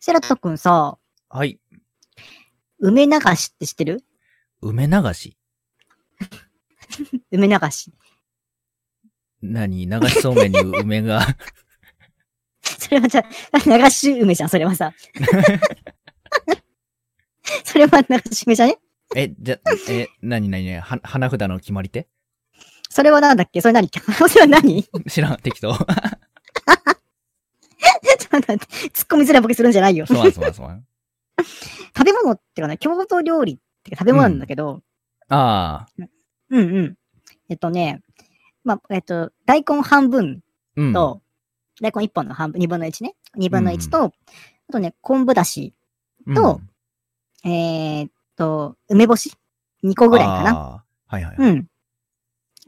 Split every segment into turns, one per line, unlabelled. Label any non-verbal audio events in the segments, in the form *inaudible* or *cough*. セラト君さ、
はい。
梅流しって知ってる
梅流し。
梅流し。
何流しそうめ
*laughs*
んに梅が。
それはじゃ、流し梅じゃん、それはさ。 *laughs* それは流し梅じゃね
え、じゃ、え、何何何は花札の決まり手 *laughs*
それはなんだっけそれ何それは何ちょ
知らん、適
*laughs*
当。
っと待って、突っ込みづらいボケするんじゃないよ。
そうなんそうなんそうなん。
食べ物っていうかね、郷土料理っていうか食べ物なんだけど、
ああ、
うん、うんうんえっとね、まあ、えっと、大根半分
うん。
と、大根一本の半分、二分の一ね。二分の
うん
一と、あとね、昆布だし、
うん、
とえーっと、梅干し二個ぐらいかな。
な。はいはい。
うん。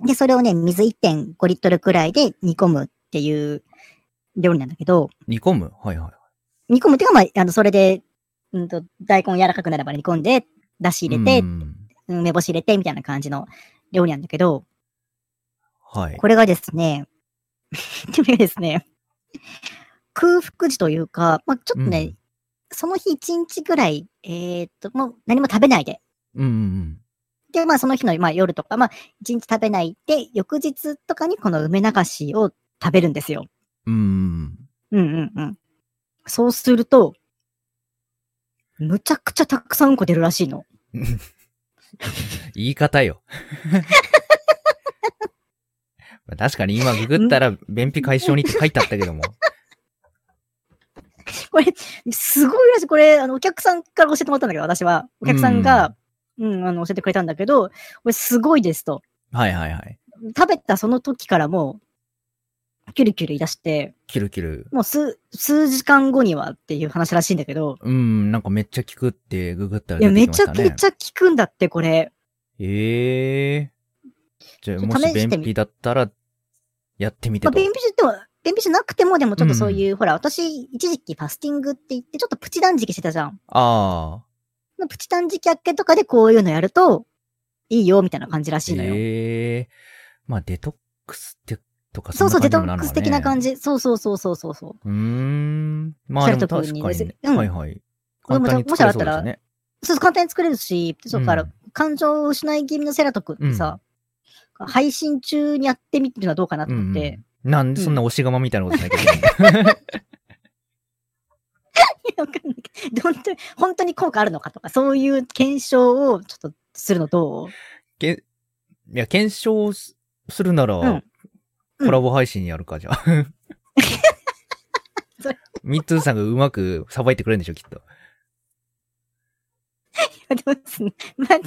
で、それをね、水1.5リットルくらいで煮込むっていう料理なんだけど、
煮込むはいはい。
煮込むっていうか、まあ、あの、それで、うんと、大根柔らかくなれば煮込んで、だし入れて
う、ん
梅干し入れて、みたいな感じの料理なんだけど、
はい。
これがですね、 *laughs* これがですね、空腹時というか、まあ、ちょっとね、
うん
その日一日ぐらい、えーっと、もう何も食べないで、
うんうん
で、まあ、その日の、まあ、夜とか、まあ、一日食べないで、翌日とかにこの梅流しを食べるんですよ。
うん。
うんう
うん。
んうん。そうすると、むちゃくちゃたくさんうんこ出るらしいの。
言い方よ。 *laughs* まあ確かに今ググったら便秘解消にって書いてあった
*laughs*
けども。
これ、すごいらしい。これ、あの、お客さんから教えてもらったんだけど、私は。お客さんが、うん、あの、教えてくれたんだけど、これすごいですと。
はいはいはい。
食べたその時からもう、キュルキュル言い出して、
キルキル。
もう数、数時間後にはっていう話らしいんだけど、
うん、なんかめっちゃ効くってググったら
いや、
出
め
てきま
ち
し
ゃ
た
く
ね。
ちゃ効くんだって、これ。
ええじゃあ、
ちょっ
も
と
し
試してみ
便秘だったら、やってみて
まあ、
と。
便秘っても、便秘じゃなくても、でもちょっとそういう、ほら、私、一時期ファスティングって言って、ちょっとプチ断食してたじゃん。
ああ。
プチ断食明けとかでこういうのやると、いいよ、みたいな感じらしいのよ。
ええまあ、デトックスって、とか
そうそう、デトックス的な感
じ
じ。そうそうそうそうそうそう。
にもなるのはね。うーん。まあ、でも確か
シ
に
ャルト君
ね。
にうん
はいはい。
これ
簡
も
単に作れそうですね。
そうそう、簡単に作れるし、そうだから、
うん
感情を失い気味のセラト君ってさ、配信中にやってみてるのはどうかなと
うん
思っ
う
て。
ん。なんでそんな押し釜みたいなことしなきゃいけ
*laughs*
ない
い *laughs* やわかんないけど本当に、本当に効果あるのかとか、そういう検証をちょっとするのどう
けいや、検証すするなら、
うんうん
コラボ配信やるか、じゃ
*laughs*
あ。
それ
ミッツーさんがうまくさばいてくれるんでしょ、きっと。
でもですねまあ *laughs* い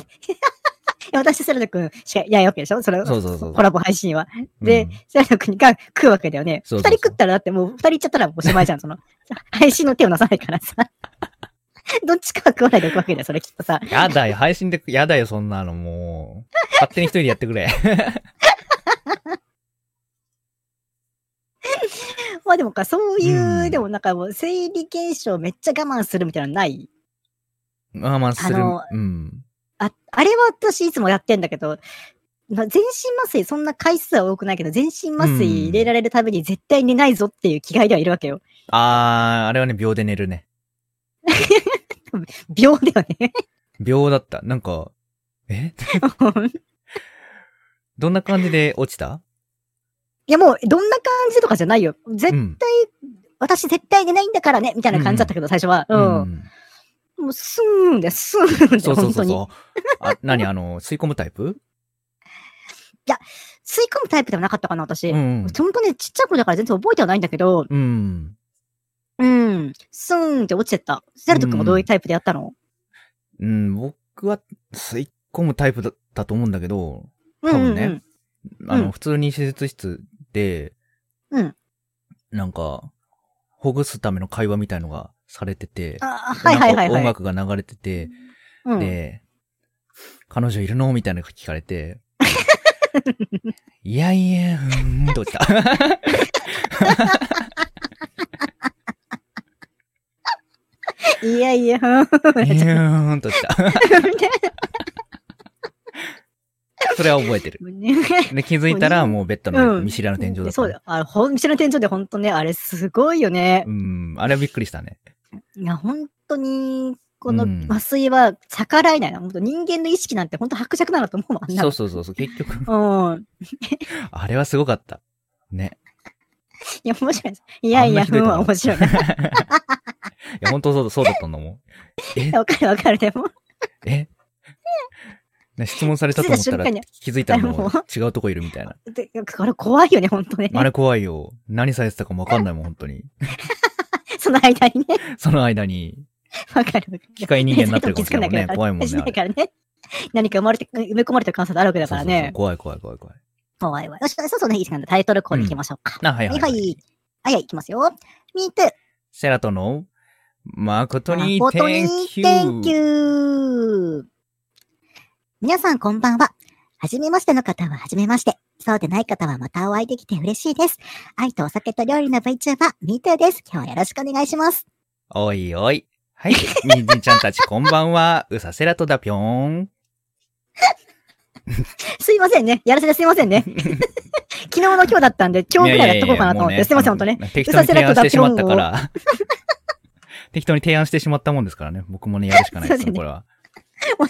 や私とセラト君しかいないわけでしょそれ
そうそうそう
コラボ配信は。で、
うん
セラト君が食うわけだよね。
そう
二
そうそう
人食ったらだってもう二人いっちゃったらもうおしまいじゃん、その。 *laughs* 配信の手をなさないからさ。 *laughs* どっちかは食わないでいくわけだよ、それきっとさ。
やだよ、配信で、やだよ、そんなの、もう。勝手に一人でやってくれ。
まあでもか、そういう、
うん
でもなんかもう生理現象めっちゃ我慢するみたいなのない
まあまあ、する
あの。
うん。
あ、あれは私いつもやってんだけど、まあ全身麻酔、そんな回数は多くないけど、全身麻酔入れられるたびに絶対寝ないぞっていう気概ではいるわけよ。
あー、あれはね、秒で寝るね。
秒だよね。 *laughs*
秒だった。なんか、えどんな感じで落ちた
いやもう、どんな感じとかじゃないよ。ぜ、
うん。
私絶対寝ないんだからね、みたいな感じだったけど、最初は。
う
うん。
ん。
もう、スーンで、スーンで、
そうそう
本
そ
当
う
に。
そう。あ、何 *laughs* あの、吸い込むタイプ
吸い込むタイプではなかったかな、私。
うん。
本当ね、ちっちゃい頃だから全然覚えてはないんだけど、
うん。
うん。スーンって落ちてった。セルト君もどういうタイプでやったの
うん、僕は吸い込むタイプだったと思うんだけど、
うんうんうん。
多分ねあの、
うん
普通に施術室で、
うん
なんか、ほぐすための会話みたいのがされてて、
あはいはいはいはい。
なんか音楽が流れてて、
うん
で、彼女いるのみたいなの聞か
*laughs*
れて、いやいや、うーん、ど
*laughs*
うした
いやいや、
*laughs* いやーん、どうしたそれは覚えてる。で、気づいたらもうベッドの見知らぬ天井だった、
そうだよ。あ、ほん、道の天井でほんとね、あれすごいよね。
うん、あれはびっくりしたね。
いや、本当に、この
うん
麻酔は逆らえないな。本当人間の意識なんて本当白弱なのと思うもんあんな
そうそうそうそう、結局、
の。うん。
あれはすごかった。ね。
いや、面白いです。いやいや、
あんなひ
ふ
どい
ん
と
は
は
面白
*laughs*
い。わ
いや、本当そうそうだったん
*laughs*
だもん。え
かるわかる。でも、
えね質問されたと思ったら
気づいた瞬間に
気づいたらも
あも
う違うとこいるみ
*laughs*
たいな。
でこれ怖いよね、本当ね。
あれ怖いよ。何されてたかもわかんないもん、本当に。
その間にね。
その間に、
わかるわかる。
機械人間になってるかもしれないもんね。怖いもんね。
し
あ
ない
れ
からね。何か生まれて、埋め込まれてる感想があるわけだから
そうそうそ
ね
う。怖い怖い怖い怖い。
怖いわ。よし、そうそうね、いい時間だ。タイトルコールいきましょうか。
あ、はいは、
はいいはい。はいはい、いきますよ。ミート
セラトの、誠に、
誠に Thank
Thank you
you! 皆さんこんばんは。はじめましての方ははじめまして。そうでない方はまたお会いできて嬉しいです。愛とお酒と料理の VTuber、ミートゥーです。今日はよろしくお願いします。
おいおい。はい。にんじんちゃんたちこんばんは。 *laughs* うさセラトだぴょーん。
すいませんね。やらせですいませんね。 *laughs* 昨日の今日だったんで、今日ぐらいやっとこうかなと思って。すいません、ほんとね。。
適当に提案してしまったから。 *laughs* 適当に提案してしまったもんですからね。僕もね、やるしかないです
そうです
ね、
ね
これは。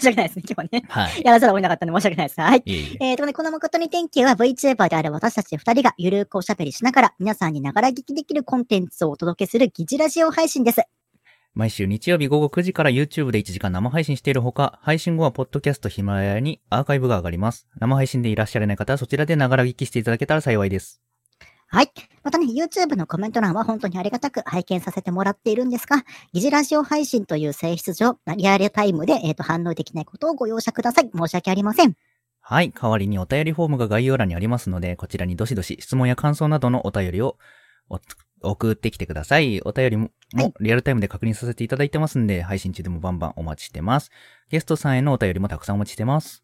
申し訳ないですね、今日はね。
はい。
やらざるを得なかったんで申し訳ないです。はい。
いえいえ。
えーとね、この誠に天気は VTuber である私たち二人がゆるーくおしゃべりしながら皆さんにながら聞きできるコンテンツをお届けする疑似ラジオ配信です。
毎週日曜日午後9時から YouTube で1時間生配信しているほか、配信後はポッドキャストヒマラヤにアーカイブが上がります。生配信でいらっしゃらない方はそちらでながら聞きしていただけたら幸いです。
はい。またね、YouTube のコメント欄は本当にありがたく拝見させてもらっているんですが、疑似ラジオ配信という性質上、リアルタイムで、えー、と反応できないことをご容赦ください。申し訳ありません。
はい。代わりにお便りフォームが概要欄にありますので、こちらにどしどし質問や感想などのお便りをお送ってきてください。お便りも
はい
もリアルタイムで確認させていただいてますんで、配信中でもバンバンお待ちしてます。ゲストさんへのお便りもたくさんお待ちしてます。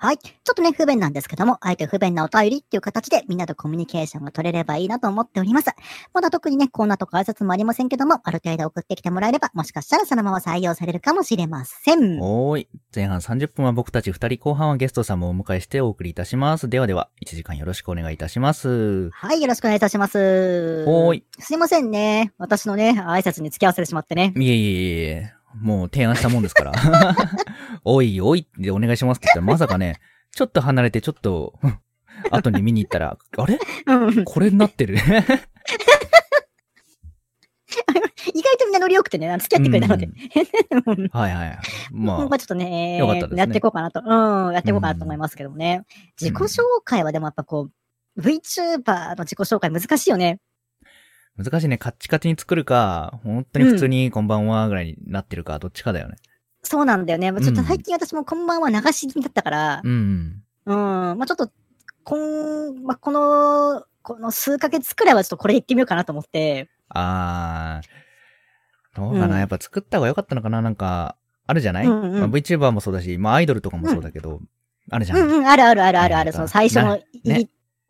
はい。ちょっとね、不便なんですけども、あえて不便なお便りっていう形でみんなとコミュニケーションが取れればいいなと思っております。まだ特にね、こんなとこ挨拶もありませんけども、ある程度送ってきてもらえれば、もしかしたらそのまま採用されるかもしれません。
おーい。前半30分は僕たち2人、後半はゲストさんもお迎えしてお送りいたします。ではでは、1時間よろしくお願いいたします。
はい、よろしくお願いいたします。
おーい。
すいませんね。私のね、挨拶に付き合わせてしまってね。 *laughs*
いえいえいえ、もう提案したもんですから。おいおいでお願いしますって言ったら、まさかね、ちょっと離れて、ちょっと、 *laughs* 後に見に行ったら、あれ
うん。
これになってる。
意外とみんなノリ良くてね、付き合ってくれたので。
うんはいはいはい。ま
今
あ
後、ちょっとね、
よかったですね
やっていこうかなと、うん、やっていこうかなと思いますけどもね。
うん
自己紹介はでもやっぱこう、VTuber の自己紹介難しいよね。
難しいね。カッチカチに作るか、本当に普通にこんばんはぐらいになってるか、どっちかだよね。
そうなんだよね。まあちょっと
うん
最近私もこんばんは流し気味だったから、
うん。
うん、まあちょっと、こん、まあこの、この数ヶ月くらいはちょっとこれ言ってみようかなと思って、
あー。どうかな、
うん
やっぱ作った方が良かったのかななんか、あるじゃない、
うんうん
まあ、?VTuber もそうだし、まあアイドルとかもそうだけど、あるじゃ。
うんんうん、あるあるあるあるあ
なん
る、
か
その最初の入り、
なね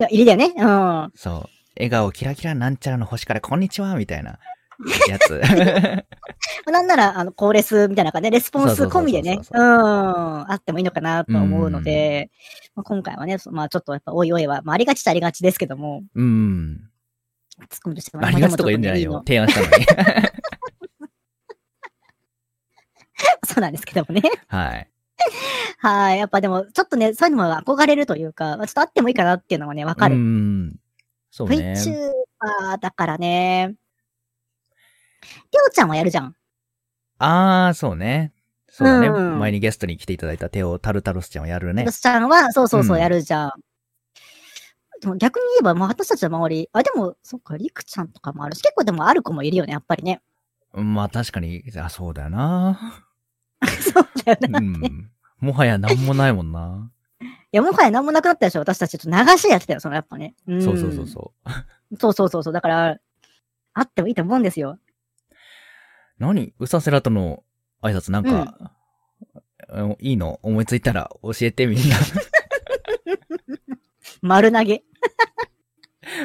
入りだよね。うん。
そう。笑顔キラキラなんちゃらの星からこんにちはみたいな
*laughs*
やつ。
なんなら、あの、コーレスみたいな感じで、レスポンス込みでね、
そう、そううそうん
あってもいいのかなと思うので、まあ、今回はね、そまあちょっとやっぱ、おいおいは、まあありがちっちゃありがちですけども、
うん。
ツッコミとしては
ありがとうとか言うんじゃないよ。。提案したのに。
まあでもちょっとねいいの *laughs* そうなんですけどもね。
*laughs* はい。
はい。やっぱでも、ちょっとね、そういうのも憧れるというか、まあちょっとあってもいいかなっていうのはね、わか
う
る。
ん。そうね。
VTuber だからね。りょうちゃんはやるじゃん。
あー、そうね。そうだね、
うん
前にゲストに来ていただいたテオタルタロスちゃんをやる
り
ね
ょう。ちゃんは、そうそうそうう、
ん
やるじゃん。でも逆に言えば、まあ、私たちの周り、あ、でも、そっか、りくちゃんとかもあるし、結構でもある子もいるよね、やっぱりね。 *laughs*
まあ確かに、あ、そうだよな。
そうだよね。
う
い
ん。もはやなんもないもんな。
や、もはや何もなくなったでしょ、私たち。ちょっと流しやってたよ、そのやっぱね。うん
そうそうそうそう。
そうそうそうそう。だから、あってもいいと思うんですよ。
何ウサセラとの挨拶なんか、うんいいの思いついたら教えてみんな。
丸投げ。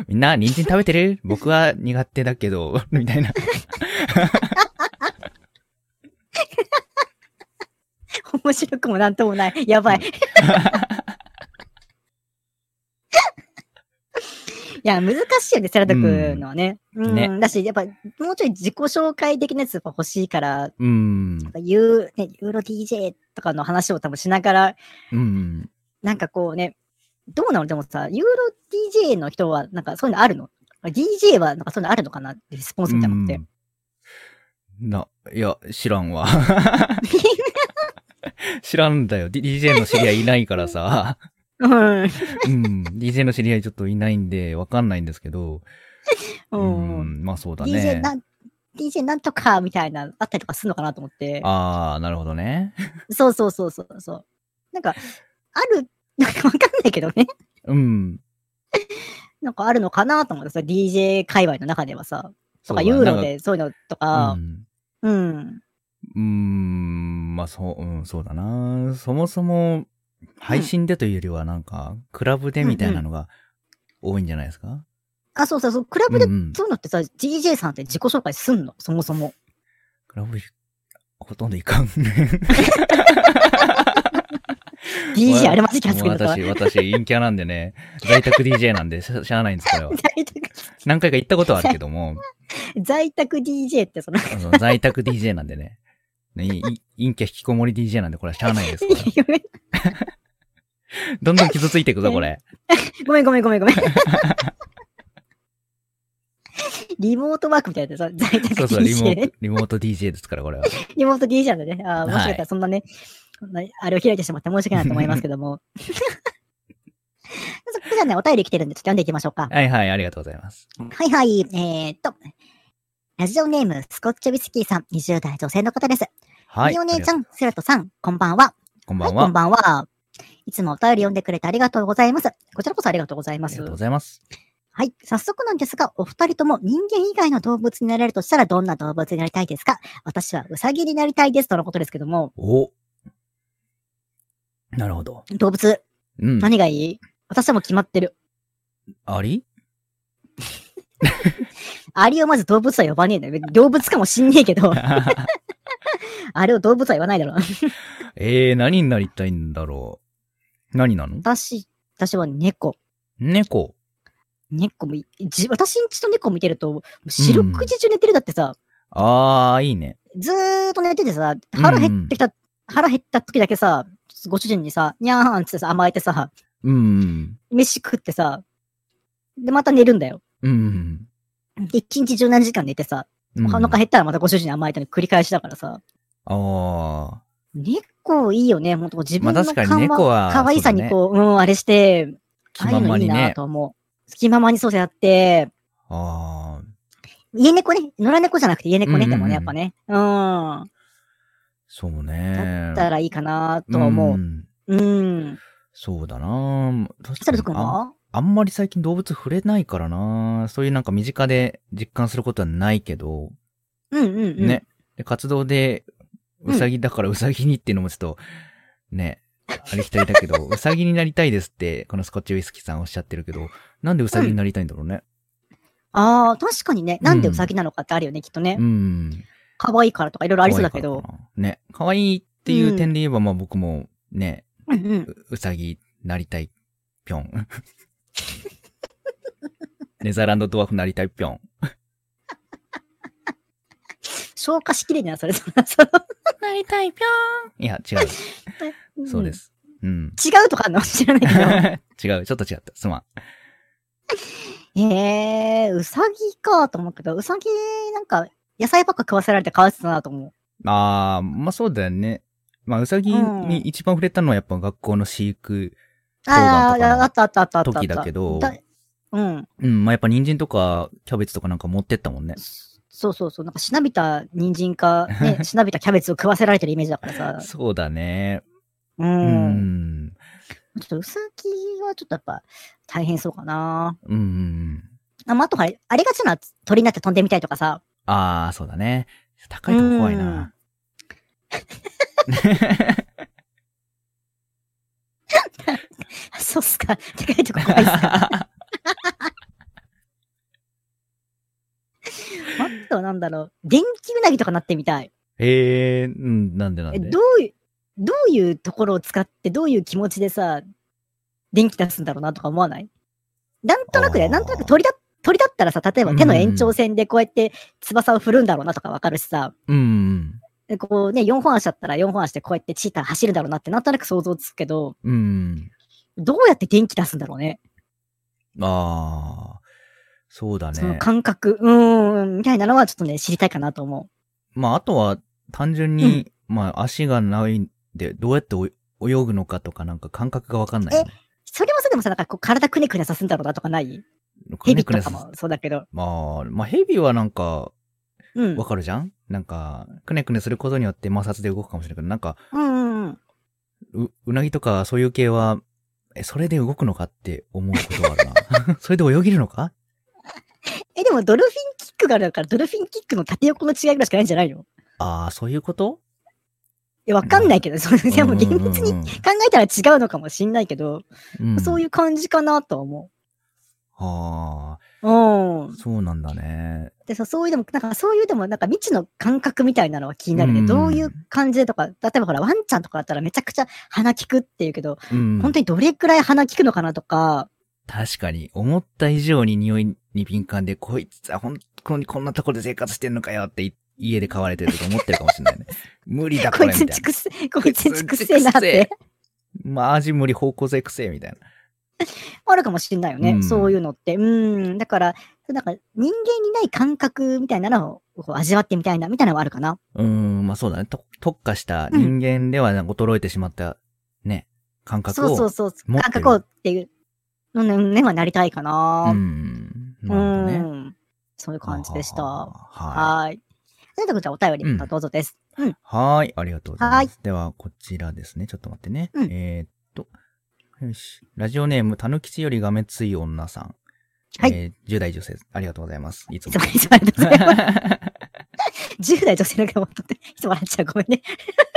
みんな、人参食べてる僕は苦手だけど、 *laughs* みたいな。
面白くもなんともない。やばい。や、難しいよね、セラト君のはね。うん。
ね
だし、やっぱ、もうちょい自己紹介的なやつやっぱ欲しいから、
うん。
ユー、ね、ユーロ DJ とかの話を多分しながら、
うん。
なんかこうね、どうなのでもさ、ユーロ DJ の人は、なんかそういうのあるの ?DJ はなんかそういうのあるのかなってリスポンスみたいなのって。
うんな、いや、知らんわ。 *laughs* 知らんだよ。D- DJ の知り合いいないからさ。
うん。
うん。DJ の知り合いちょっといないんで、わかんないんですけど。
うん。
まあそうだ
DJ
ね。
なん、DJ なんとかみたいな、あったりとかするのかなと思って。
ああ、なるほどね。
そうそうそうそうそう。なんか、ある、 *laughs* なんかわかんないけどね。
うん。
なんかあるのかなと思ってさ、DJ 界隈の中ではさ、と
そう
か
だ
ユーロ。
なん
でそういうのと
か
か
う、ん
うん。
うーん、まあそう、うん、そうだな。そもそも、配信でというよりはなんか、クラブでみたいなのが多いんじゃないですか、
あ、そうそうそう、クラ
うん
ブで
うん
そういうのってさ、DJ さんって自己紹介すんのそもそも。
クラブ、ほとんどいかん。
DJ あれマジ気恥ず
もう
かしいな
私、私、陰キャなんでね、在宅 DJ なんでしゃしゃあないんですけど、
*laughs* 在宅、
何回か行ったことはあるけども、
在宅 DJ ってその、 *laughs*
あの在宅 DJ なんでね、ねいい陰キャ引きこもり DJ なんでこれはしゃあないですから。どんどん傷ついていくぞ、これ。
ごめんごめんごめんごめ
*laughs*
ん。リモートワークみたいなさ、在宅 DJ
そうそう、リモート、リモート DJ ですから、これは。
リモート DJ なんでね、あー
はい
もしかしたらそんなね、こんなあれを開いてしまって申し訳ないと思いますけど
*laughs*
も。 *laughs* そっかじゃあね、お便り来てるんで、ちょっと読んでいきましょうか。
はいはい、ありがとうございます。
はいはい、えー、っと。ラジオネーム、スコッチウィスキーさん、20代女性の方です。
はい。
みお姉ちゃ
ありがと
ん、セラトさん、こんばんは。
う。こんばん
はい、こ
は
ん。ばんは。いつもお便り読んでくれてありがとうございます。こちらこそありがとうござい
あ
ま
り
す
がとう。ございます。
はい。早速なんですが、お二人とも人間以外の動物になれるとしたらどんな動物になりたいですか私はウサギになりたいですとのことですけども、
おなるほど。
動物、
うん。
何がいい私はもう決まってる。
あり *laughs*
アリをまず動物とは呼ばねえんだよ。動物かもしんねえけど、
*laughs*
あれを動物は言わないだろ。
えー、何になりたいんだろう。何なの
私、私は猫。
猫。
猫もいい、じ私んちと猫見てると、四六時中寝てるだってさ、
あー、いいね。
ずーっと寝ててさ、腹減ってきた、腹減った時だけさ、ご主人にさ、にゃーんってさ、甘えてさ、
うん。
飯食ってさ、で、また寝るんだよ。
うん。
で一日十何時間寝てさ、
うん
お腹減ったらまたご主人に甘えたの繰り返しだからさ、
あ
猫いいよね、ほんとこう自分
ま
の
あ確かに
緩和
猫は
可愛さにこう、うん、あれして、
ー、気まん
ああいうの
まに
いいな
ね。
と思う。隙間まにそうやって、
あー、
家猫ね、野良猫じゃなくて家猫ね、
うんうん
で
うん
もね、やっぱね。うん。だ
そう
っ
ね。
たらいいかなとは思
ん
う。うん。
そうだな
サルト君
あん
は
あんまり最近動物触れないからなそういうなんか身近で実感することはないけど、
うんうんうん。
ね。で、活動で、
う
うんさぎだからうさぎにっていうのもちょっと、ね、ありきたりだけ *laughs* ど、うさぎになりたいですって、このスコッチウイスキーさんおっしゃってるけど、なんでうさぎになりたいんだろうね。
ああ、確かにね。なんで
う
ウ
ん
サギなのかってあるよね、きっとね
う。ん。
可愛いからとかいろいろありそうだけど
可愛い。からかな。ね。可愛いっていう点で言えば、まあ僕も、ね、
うんうん。
ううさぎなりたい、ぴょ *laughs* ん。ネザーランドドワーフなりたいぴょん。
消化しきれねえな、それ。そ
なりたいぴょん。いや、違う。
の
そうで。す。うん。
違うとかあんの知らないけ
*laughs* 違う。ちょっと違った。すまん。
ど。へえー、うさぎかと思うけど、うさぎ、なんか、野菜ばっか食わせられてかわいそうだなと思う。
ああ、まあそうだよね。まあ、うさぎに一番触れたのはやっぱ学校の飼育。当
あ
番とか
あ、
の
あったあったあったあった。
時だけど
だうん。
うん、まあやっぱ人参とかキャベツとかなんか持ってったもんね。
そうそうそう。なんか、しなびた人参か、ね、
*laughs*
しなびたキャベツを食わせられてるイメージだからさ。
そうだね。
う。
*laughs* うんん。
ちょっと、うさぎはちょっとやっぱ、大変そうかな。
うん。
あ、まあ、あとは、ありがちな鳥になって飛んでみたいとかさ。 *laughs*
ああ、そうだね。高いとこ怖いな。
そうっすか。高いとこ怖いっす
*laughs*
か。あとはなんだろう。電気うなぎとかなってみたい。
へえー、うん、なんでなん
え、
で
どういう、どういうところを使って、どういう気持ちでさ、電気出すんだろうなとか思わないなんとなく
あ
ね、
ー
なんとなく鳥だ、鳥だったらさ、例えば手の延長線でこうやって翼を振るんだろうなとかわかるしさ、
うん。
でこうね、4本足だったら4本足でこうやってチーター走るだろうなってなんとなく想像つくけど、
うん。
どうやって電気出すんだろうね。
ああ。そうだ
その
ね。
感覚、うーん、みたいなのはちょっとね、知りたいかなと思
まあ、あとは、単純に、まあ、足がないんで、どうやってお泳ぐのかとか、なんか感覚がわかんないよね。
う。それもさ、でもさ、なんかこう体くねくねさすんだろうなとかないヘビとかもそうだけど。
まあ、まあ、ヘビはなんか、
うん。
わかるじゃん、なんか、くねくねすることによって摩擦で動くかもしれないけど、なんか、
うんうんうん。
う、うなぎとかそういう系は、え、それで動くのかって思うことはある
*laughs*
な。それで泳げるのか
え、でもドルフィンキックがあるから、ドルフィンキックの縦横の違いぐらいしかないんじゃないの
ああ、そういうこと
いや、わかんないけど、それでも現実に
に
考えたら違うのかもしんないけど、そう
いうん。
いう感じかなとは思
あ
う。う
あ、
ん。
そうなんだね。
でさ、そういうでも、なんかそういうでも、なんか未知の感覚みたいなのは気になるね。
うん
どういう感じでとか、例えばほら、ワンちゃんとかだったらめちゃくちゃ鼻効くっていうけど、
うん。
本当にどれくらい鼻効くのかなとか、
確かに、思った以上に匂いに敏感で、こいつは本当にこんなところで生活してんのかよってい家で飼われてるとか思ってるかもしれない
*laughs*
ね。無理だこ
こ
れ
い
み
つん
たい
ち
な。
くせ、こいつんちくせえなって、
マジ無理方向性くせえみたいな。
あるかもしんないよね。
うん
そういうのって。うん。だから、なんか人間にない感覚みたいなのをこう味わってみたいな、みたいなのはあるかな。
うーん、まあそうだね。と特化した人間ではなんか衰えてしまった、ね、感覚を。
そうそうそう。
持ってる
感覚をっていうのね、ねはなりたいかな。
ん。
う
なるほど
ん。
ね。
そういう感じでした。は
は
ーい。それでは、じゃあお便り、またどうぞです。うん
い。。はーい。ありがとうございます。
はーい
では、こちらですね。ちょっと待ってね。
うん
えーっと。よし。ラジオネーム、たぬきちよりがめつい女さん。
はい
えー10代女性、ありがとうございます。いつ
い
も
つ。もあ *laughs* りがとうございます。10代女性の方もとって、いつも笑っちゃう。ごめんね。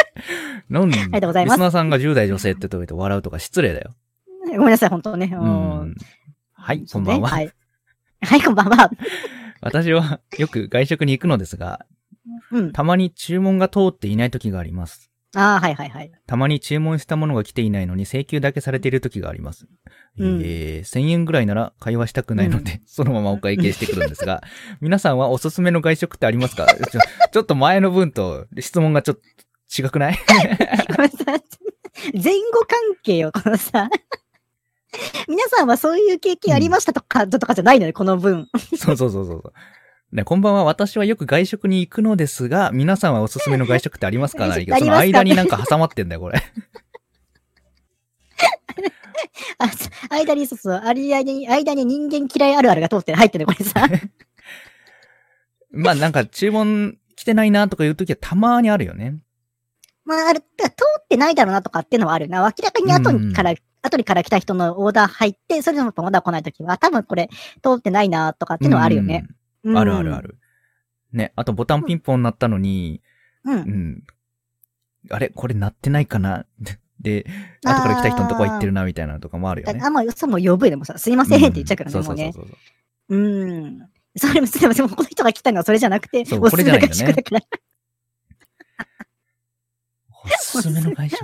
*laughs* なんで、あり
がとうございます
リスナーさんが10代女性って言って笑うとか失礼だよ。
ごめんなさい、本当ね。う
うんん。はい、こんばんは。
はい。はい、こんばんは。
私はよく外食に行くのですが、
うん。
たまに注文が通っていない時があります。
ああ、はいはいはい。
たまに注文したものが来ていないのに請求だけされている時があります。
うん
えー、1000円ぐらいなら会話したくないので、そのままお会計してくるんですが、 *laughs* 皆さんはおすすめの外食ってありますか *laughs* ちょちょっと前の分と質問がちょっと違くない *laughs*
これさ、前後関係を、このさ、皆さんはそういう経験ありましたとか、とかじゃないのよ、この分。
そうそうそうそう。ね、こんばんは。私はよく外食に行くのですが、皆さんはおすすめの外食ってあります
*laughs*
か
あ
な
り
り
ますか
その間になんか挟まってんだよ、これ。 *laughs*
あ、そう間に、そうそう、あり間に、間に人間嫌いあるあるが通って入ってる、これ
*laughs*
さ。
まあなんか注文来てないなとかいう時はたまにあるよね。
まあ、あれ、てか通ってないだろうなとかっていうのはあるな。明らかに後にから、後にから来た人のオーダー入って、それでもまだ来ないときは、多分これ、通ってないなとかっていうのはあるよね。
うん。あるあるあ
る。
る。ね、あとボタンピンポン鳴ったのに、
う。
*laughs* うんん。あれこれ鳴ってないかな *laughs* で、後から来た人のとこ行ってるな、みたいなのとかもあるよね。
あ、もう、そう、もう呼ぶよね。もうさ、すいませんって言っちゃうからね、
うん
も
そううそう
ね。
そうそう。
うん。それも、でも、でも、この人が来たのはそれじゃなくて、
そう
おすすめの
これ
外
じゃ
食
ないよね
だから。
おすすめ
*laughs*
の外食。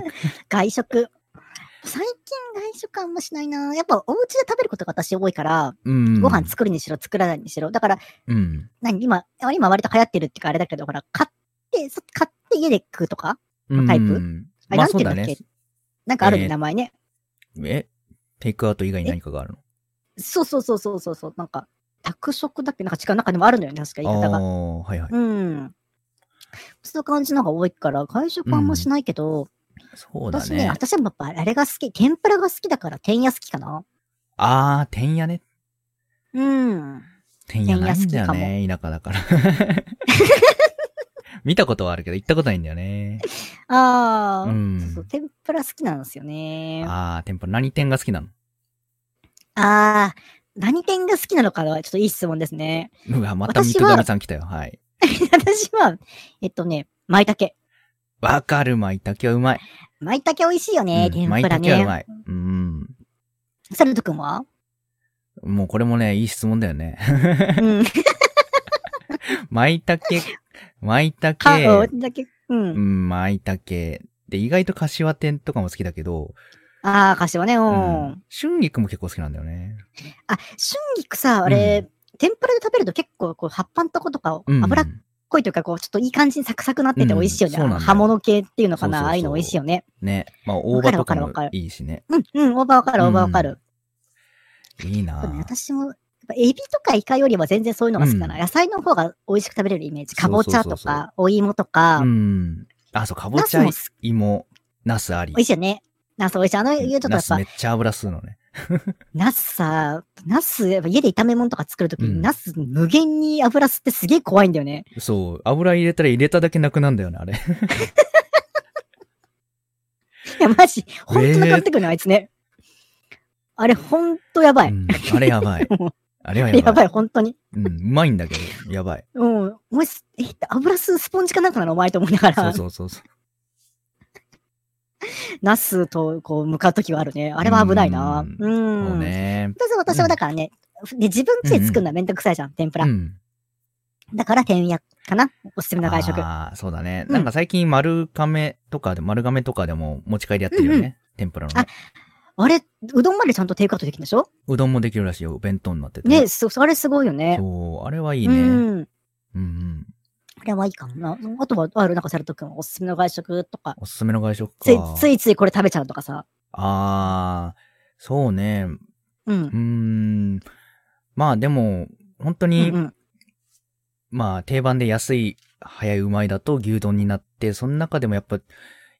外食。最近外食あんましないなやっぱお家で食べることが私多いから、
うん。
ご飯作るにしろ作らないにしろ。だから、
うん。
何今、あ今割と流行ってるっていうかあれだけど、ほら、買って、そ買って家で食うとか
うん。
タイプあれ
まあ
なん
そう
ていうん
だ
だっけ、
ね。
なんかあるね、
えー
名前ね。
えテイクアウト以外に何かがあるの
そうそうそうそうそうそう、なんか、宅食だっけなんか違う、なんかでもあるのよね、確か言い方
ああ
が。
ー、はいはい。
うん。そういう感じのが多いから、外食あんましないけど、
そうだ
私ね、
ね。
私はやっぱあれが好き、天ぷらが好きだから、天野好きかな。
ああ、てんやね。
うん。
てんやないんだよ
てんや
ね。田舎だから。 *laughs* 見たことはあるけど、行ったことないんだよね。
ああ、
うん
そうそう、天ぷら好きなんですよね。あ
ああ、天ぷら。何天が好きなの
あー、何天が好きなのかはちょっといい質問ですね。 *laughs*
うわ、また三
私は
戸神さん来たよ。はい。
私は、えっとね、舞茸。
わかる、舞茸はうまい。
舞茸美味しいよね、
うん
天ぷら
舞茸はう
ね。
まい。うん。
サルト君
*laughs*
は
もうこれもね、いい質問だよね。 *laughs*
うん。
舞茸、舞
か、お
茸、
だけ、うん。
うん、舞茸。で、意外と柏天とかも好きだけど、
ああ、柏ね、う。
うんん。春菊も結構好きなんだよね。
あ、春菊さ、あれ、天ぷらで食べると結構、こう、葉っぱのとことか、
うん。
脂っこいというか、こう、ちょっといい感じにサクサクなってて美味しいよね。
うん
あ
そう
の
なんだよ
葉物系っていうのかな、
そうそうそう
ああいうの美味しいよね。
ね。まあ、大葉とかも
わかるわかるわかる
いいしね。
うん、うん、大葉わかる、大葉わかる。
いい
そうね
な
私も、やっぱエビとかイカよりは全然そういうのが好きかな。
うん
野菜の方が美味しく食べれるイメージ。かぼちゃと
そうそうそうそ
か、お芋とか、
うん。あ、そう、かぼ
ナ
ち
スも
ゃ
好き、
芋、ナスあり
美。味しいよね。ナス美味しい。あの、ちょっとや
ナ
っ
ス
ぱ
め、っちゃ油吸うのね。
ナスさ、ナス、やっぱ家で炒め物とか作るときに、
うん
ナス無限に油吸ってすげえ怖いんだよね。 *laughs*
そう。油入れたら入れただけなくなんだよね、あれ。
いや、マジ、ほんとなくなってくるね、あいつね。あれ、ほんとやばい。
うんあれやばい
もう。
あれはやば
*laughs*
い。
やばい、ほんとに。
うん、うまいんだけど、やばい。
うん。もし、え、油吸うスポンジかなんかなのお前と思いなが
そう
ら、
そうそうそう。
ナスとこう向かうときはあるね。あれは危ないな。う
う
ん。
そうね。
私は私はだからね、で自分家で作るのはめんどくさいじゃん、天ぷら。
うん。
だから天やかなおすすめの外食。
ああ、そうだね。
うん
なんか最近丸亀とかで、丸亀とかでも持ち帰りやってるよね。
うんう
天ぷらのね。
あれ、うどんまでちゃんとテイクアウトできるんでしょ
うどんもできるらしいよ。弁当になってて。
ね、そ、それすごいよね。
そう、あれはいいうね。うん
ん。
うん。
あれはいいかもな。あとは、あるなんかさるとくんおすすめの外食とか、
おすすめの外食か。
ついついついこれ食べちゃうとかさ。
ああ、そう
う
ね。
ん。
うーん。まあでも、本当に、
うんうん
まあ定番で安い、早いうまいだと牛丼になって、その中でもやっぱ、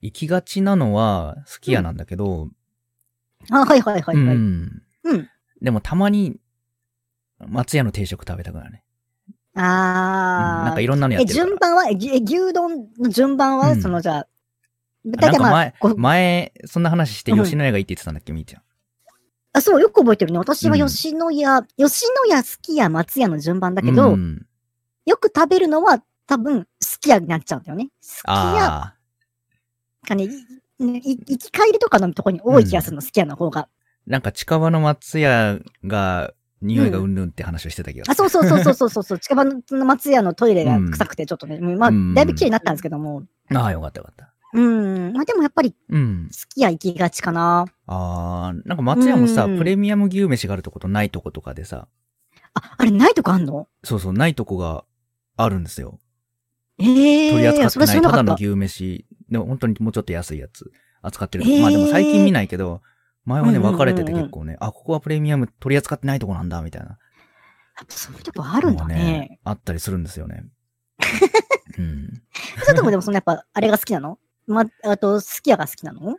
行きがちなのは、すき家なんだけど、
あ、はいはいはいはい。
うん。
うん
でもたまに、松屋の定食食べたくなるね。うん
あー。
なんかいろんなのや
え、
ってるから。
順番は、えぎえ牛丼の順番は、
うん
そのじゃあ、
あ
大
なん
体
か
まあ
前、
ご、
前、そんな話して
うん
吉野家がいいって言ってたんだっけ、みーちゃん。
あ、そう、よく覚えてるね。私は
うん
吉野家、吉野家、すき家、松屋の順番だけど、
うん、
よく食べるのは多分、すき家になっちゃうんだよね。すき家
ああ、
かね、いい行き帰りとかのとこに多い気がするの、すき家の方が。
なんか近場の松屋が、匂いがうんぬんって話をしてたけど。
あ、そうそうそうそうそうそうそう、近場の松屋のトイレが臭くて、ちょっとね、まあ、
うん
だいぶ綺麗になったんですけども、
ああ、よかったよかった。
うん、まあでもやっぱり、
うん。
すき家行きがちかな。
ああ、なんか松屋もさ、
うん
プレミアム牛飯があるとことないとことかでさ、
あ、あれないとこあんの
そうそう、ないとこがあるんですよ。
ええー、
取り扱っ
それ
てな、
はい知らな
た
か
だ
っ
の
た。
牛飯。でも本当にもうちょっと安いやつ扱ってる。
へー
まあでも最近見ないけど、前はね、
うんうんうんうん
分かれてて結構ね、あ、ここはプレミアム取り扱ってないとこなんだ、みたいな。
そういうとこあるんだ
のが
ね。。
あったりするんですよ
*laughs*
ね。うん。
ちょっともでもそのやっぱ、あれが好きなのま、あと、すき家が好きなの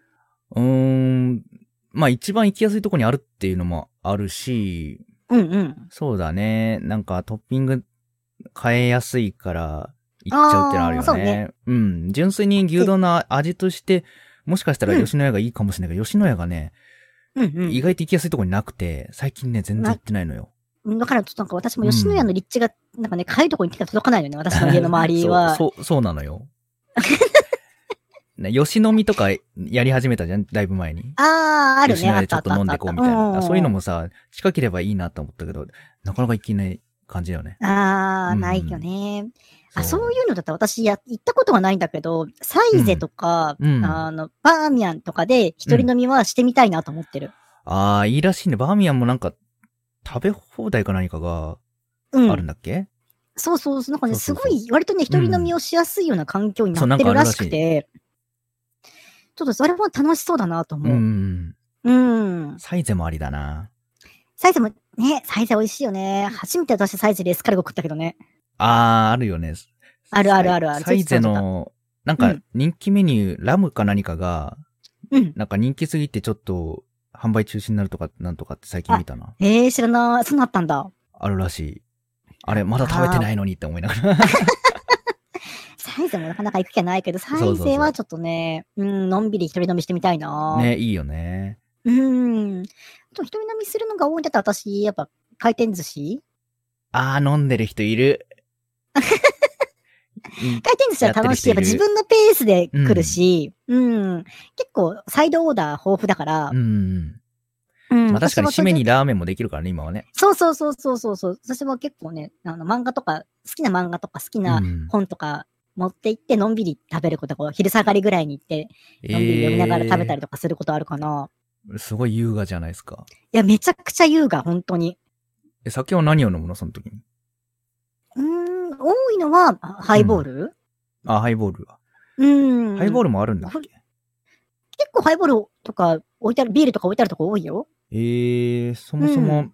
うーん。まあ一番行きやすいとこにあるっていうのもあるし、
うんうん。
そうだね。なんかトッピング変えやすいから行っちゃうってのあるよ
あーそう
ね。
ね
うん。純粋に牛丼の味として、もしかしたら
うん
吉野家がいいかもしれないけど、吉野家がね、
うんうん。
意外と行きやすいとこになくて、最近ね、全然行ってないのよ。
だからちょっとなんか私も吉野家の立地が、なんかね、かゆいところに手が届かないよね、
*laughs*
私の家の周りは。
そう、そう、そうな
*laughs*
のよ。ね吉野みとかやり始めたじゃん、だいぶ前に。
ああ、ある
吉
ね。
野
あ
家
っ
でち
た
ょ
あ
っ
った
と
あったあ
飲
っ
ん
た
でこうみたいな。そういうの。もさ、近ければいいなと思ったけど、なかなか行けない感じだよね。
ああ、
うん
ないよね。あ、そういうのだったら私や、行ったことはないんだけど、サイゼとか、
うんうん
あの、バーミヤンとかで一人飲みはしてみたいなと思ってる。
ああ、いいらしいね。バーミヤンもなんか、食べ放題か何かが
うん。
あるんだっけ、
そうそうそう、なんかね、す
そうそう
ご
そう
い、割とね、一人飲みをしやすいような環境に
そう
な
な
っ
ん
て
か
る
あ
ら
るら
し
しい
くて、ちょっとそれも楽しそうだなと
うん、う
思う。
ん。
うん。
サイゼもありだな。
サイズも、ね、サイズ美味しいよね。初めて私サイズでエスカルゴ食ったけどね。
ああ、あるよね。
あるあるあるある
サイサイゼの、なん
う
か
ん
人気メニュー、ラムか何かが、
うん。
なんか人気すぎてちょっと販売中止になるとか、なんとかって最近見たな。
えー、知らない。そうなったんだ。
あるらしい。あれ、まだ食べてないのにって思いながら。
サイズもなかなか行く気はないけど、サ
うそ
イ
う
ズ
そう
はちょっとね、うん、のんびり一人飲みしてみたいな。
ね、いいよね。
うん。あと一人飲みするのが多いんだったら私、やっぱ回転寿司
ああ、飲んでる人
*laughs*
いる。
回転寿司は楽しい。や
や
っぱ
っ
自
てる人いる
分のペースで来るし、うん、結構サイドオーダー豊富だから
う、ん。
うん
まあ確かに締め。に
私は
ラーメンもできるからね、今はね。
そうそうそうそうそうそう。私も結構ね、あの漫画とか、好きな漫画とか好きな
うん
本とか持って行って、のんびり食べることが、昼下がりぐらいに行って、のんびり読みながら食べたりとかすることあるかな。
すごい優雅じゃないですか。
いや、めちゃくちゃ優雅、本当に。
え、酒は何を飲むのその時に。
うーん、多いのは、あハイボール
あ、ハイボールは。
うーん。
ハイボールもあるんだっけ、
ほん結構ハイボールとか置いてある、ビールとか置いてあるとこ多いよ。
ええそもそも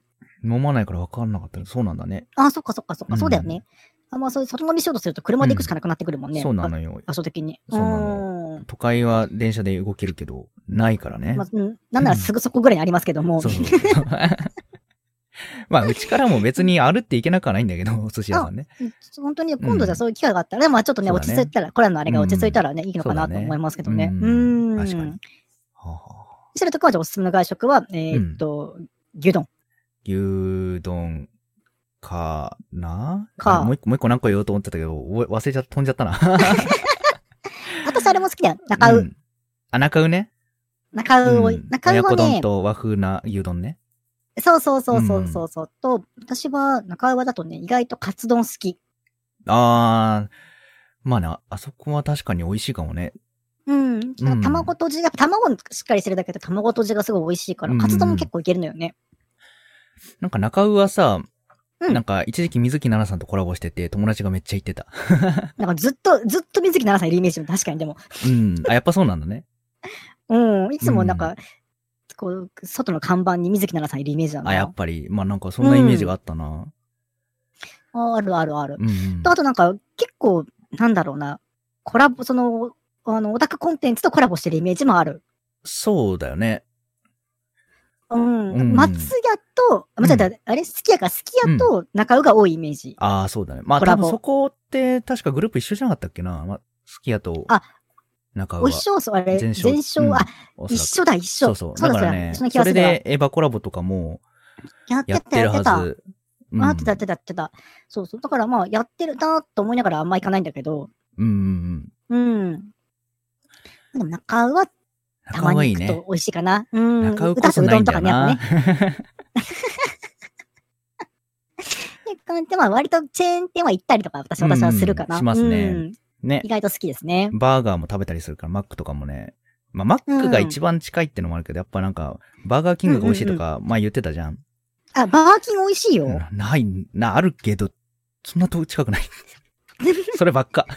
飲まないから分かんなかった。そうなんだね。
ああ、そっかそっかそっか、
うん
そうだよね。あまあ、そう外飲みしようとすると車で行くしかなくなってくるもんね。
そうな
よ。
のよ。
場所的に。
そうなの
うーん
都会は電車で動けるけど、ないからね。
まあうん、なんならすぐそこぐらいにありますけども。 *laughs*
そうそうそう。 *laughs* まあ、うちからも別に歩って行けなくはないんだ
*laughs*
けど、お寿司屋さんね。
本当に今度じゃあそういう機会があったらね、まあちょっとね、
そう
落
だ
ち
ね
着いたら、コロナのあれが落ち着いたらね、いいのかな
そう
と
だね
思いますけどね。
うん
うーん。
確かにはあはあ
してるとこは、じゃあおすすめの外食は、えーっと、牛丼。
牛丼かな
か
あもう一個、もう一個何個言おうと思ってたけど、覚え忘れちゃ、飛んじゃったな。
私 *laughs* あれも好きだよ。中
う
う。
んあ、中うね。
中うを
うん、
中う
親
は
子丼
ね、
と和風な牛丼ね。
そうそうそうそううんそうそう。と、私は中うだとね、意外とカツ丼好き。
あー、まあね、あそこは確かに美味しいかもね。
うん。
うん
卵とじが、卵しっかりしてるだけで卵とじがすごい美味しいから、カツ丼も結構いけるのよね。
なんか中うはさ、
うん
なんか一時期水木奈々さんとコラボしてて、友達がめっちゃ行ってた。
なんかずっと、ずっと水木奈々さんいるイメージも確かにでも。
うん。あ、やっぱそうなん
*laughs*
だね。
うん。いつもなん
う
か、こう、外の看板に水木奈々さんいるイメージなんだ
あ、やっぱり。まあなんかそんなイメージがあったな。
ああるあるある。
うんうん
と、あとなんか、結構、なんだろうな、コラボ、その、あの、オタクコンテンツとコラボしてるイメージもある。
そうだよね。
うん。
うん
松屋と、あ間違えた、あれ好きやか、好きやと中尾が多いイメージ。
ああ、そうだね。まあ
コ
多
ラボ
分そこって確かグループ一緒じゃなかったっけな。まあ、好きやと、
あ、
中
お
は
一緒そう、あれ、
全
全勝、
勝うん
あ、
おそ
一緒
らく
だ、一
そ
緒。
うそう。
そう
だ
だ、
か
そう
ら
だ、
ね、
その気
そ
が
れ
するわ。
でエヴァコラボとかも
やって、
やったてる
やって
は
た。
ず。うん
あってた、やってた、やってた。そうそう。だからまあ、やってるなと思いながらあんま行かないんだけど、
うんうんうん。
うん。でも中尾はたま
仲い
に
い
行く
ね
と。美味しいかな。うん。
中うこそないんだよ
う
な。
って感じで、まあ割とチェーン店は行ったりとか私、私はするか
うん
な。
しますね
うん
*laughs* ね
意。外と好きですね。
バーガーも食べたりするから、マックとかもね。まあ、マックが一番近いってのもあるけど、やっぱなんか、バーガーキングが美味しいとか、まあ言ってたじゃん。
あ、バーキン美味しいよ。
なない、な、あるけど、そんな遠近くない。 *laughs* そればっか。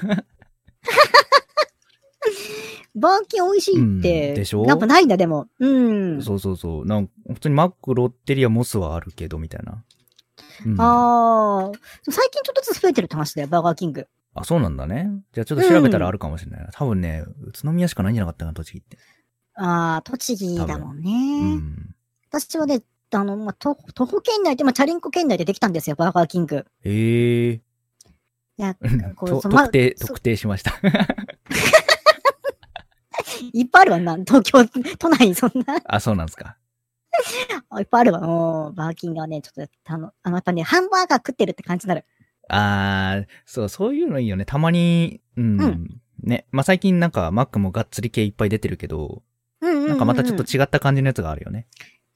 バーキン美味しいって。
うんでしょ
やっぱないんだ、でも。うん。
そうそうそう。なんか、普通にマック、ロッテリア、モスはあるけど、みたいな。うん、
ああ。最近ちょっとずつ増えてるって話だよ、バーガーキング。
あ、そうなんだね。じゃあちょっと調べたらあるかもしれないな。多分ね、宇都宮しかないんじゃなかったかな、栃木って。
ああ、栃木だもんね。
うん。
私はね、あの、まあ、徒歩徒歩圏内で、まあ、チャリンコ圏内でできたんですよ、バーガーキング。
ええ
いや、
ー。
こ
と
う、そのま
特定、
そう
特定しました。 *laughs*
いっぱいあるわな、 *laughs* 東京、都内にそんな。
あ、そうなんですか。
あいっぱいあるわ。もうバーキングはね、ちょっと、あの、あのやっぱね、ハンバーガー食ってるって感じになる。
あー、そう、そういうのいいよね。たまに、うん。
うん
ね。まあ、最近なんか、マックもがっつり系いっぱい出てるけど、
うんうん、うん。
なんかまたちょっと。違った感じのやつがあるよね。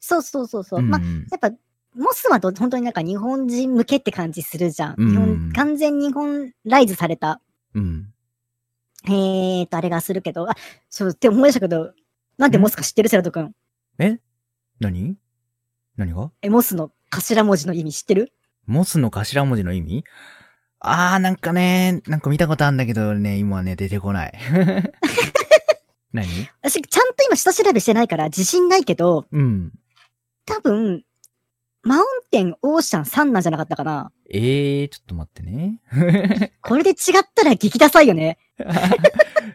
そうそうそうそう。
うん
まあ、やっぱ、モスはど本当になんか日本人向けって感じするじゃん。
うん
日本完全日本ライズされた、
うん。
えーと、あれがするけど、あ、そうって思いましたけど、なんでモスか知ってるセラト君。
え何何が
え、モスの頭文字の意味知ってる
モスの頭文字の意味あー、なんかね、なんか見たことあるんだけどね、今はね、出て
*laughs*
こない。何
私、ちゃんと今下調べしてないから自信ないけど、
うん。
多分、マウンテン、オーシャン、サンナじゃなかったかな。
えー、ちょっと待ってね。
これで違ったら激ダサいよね。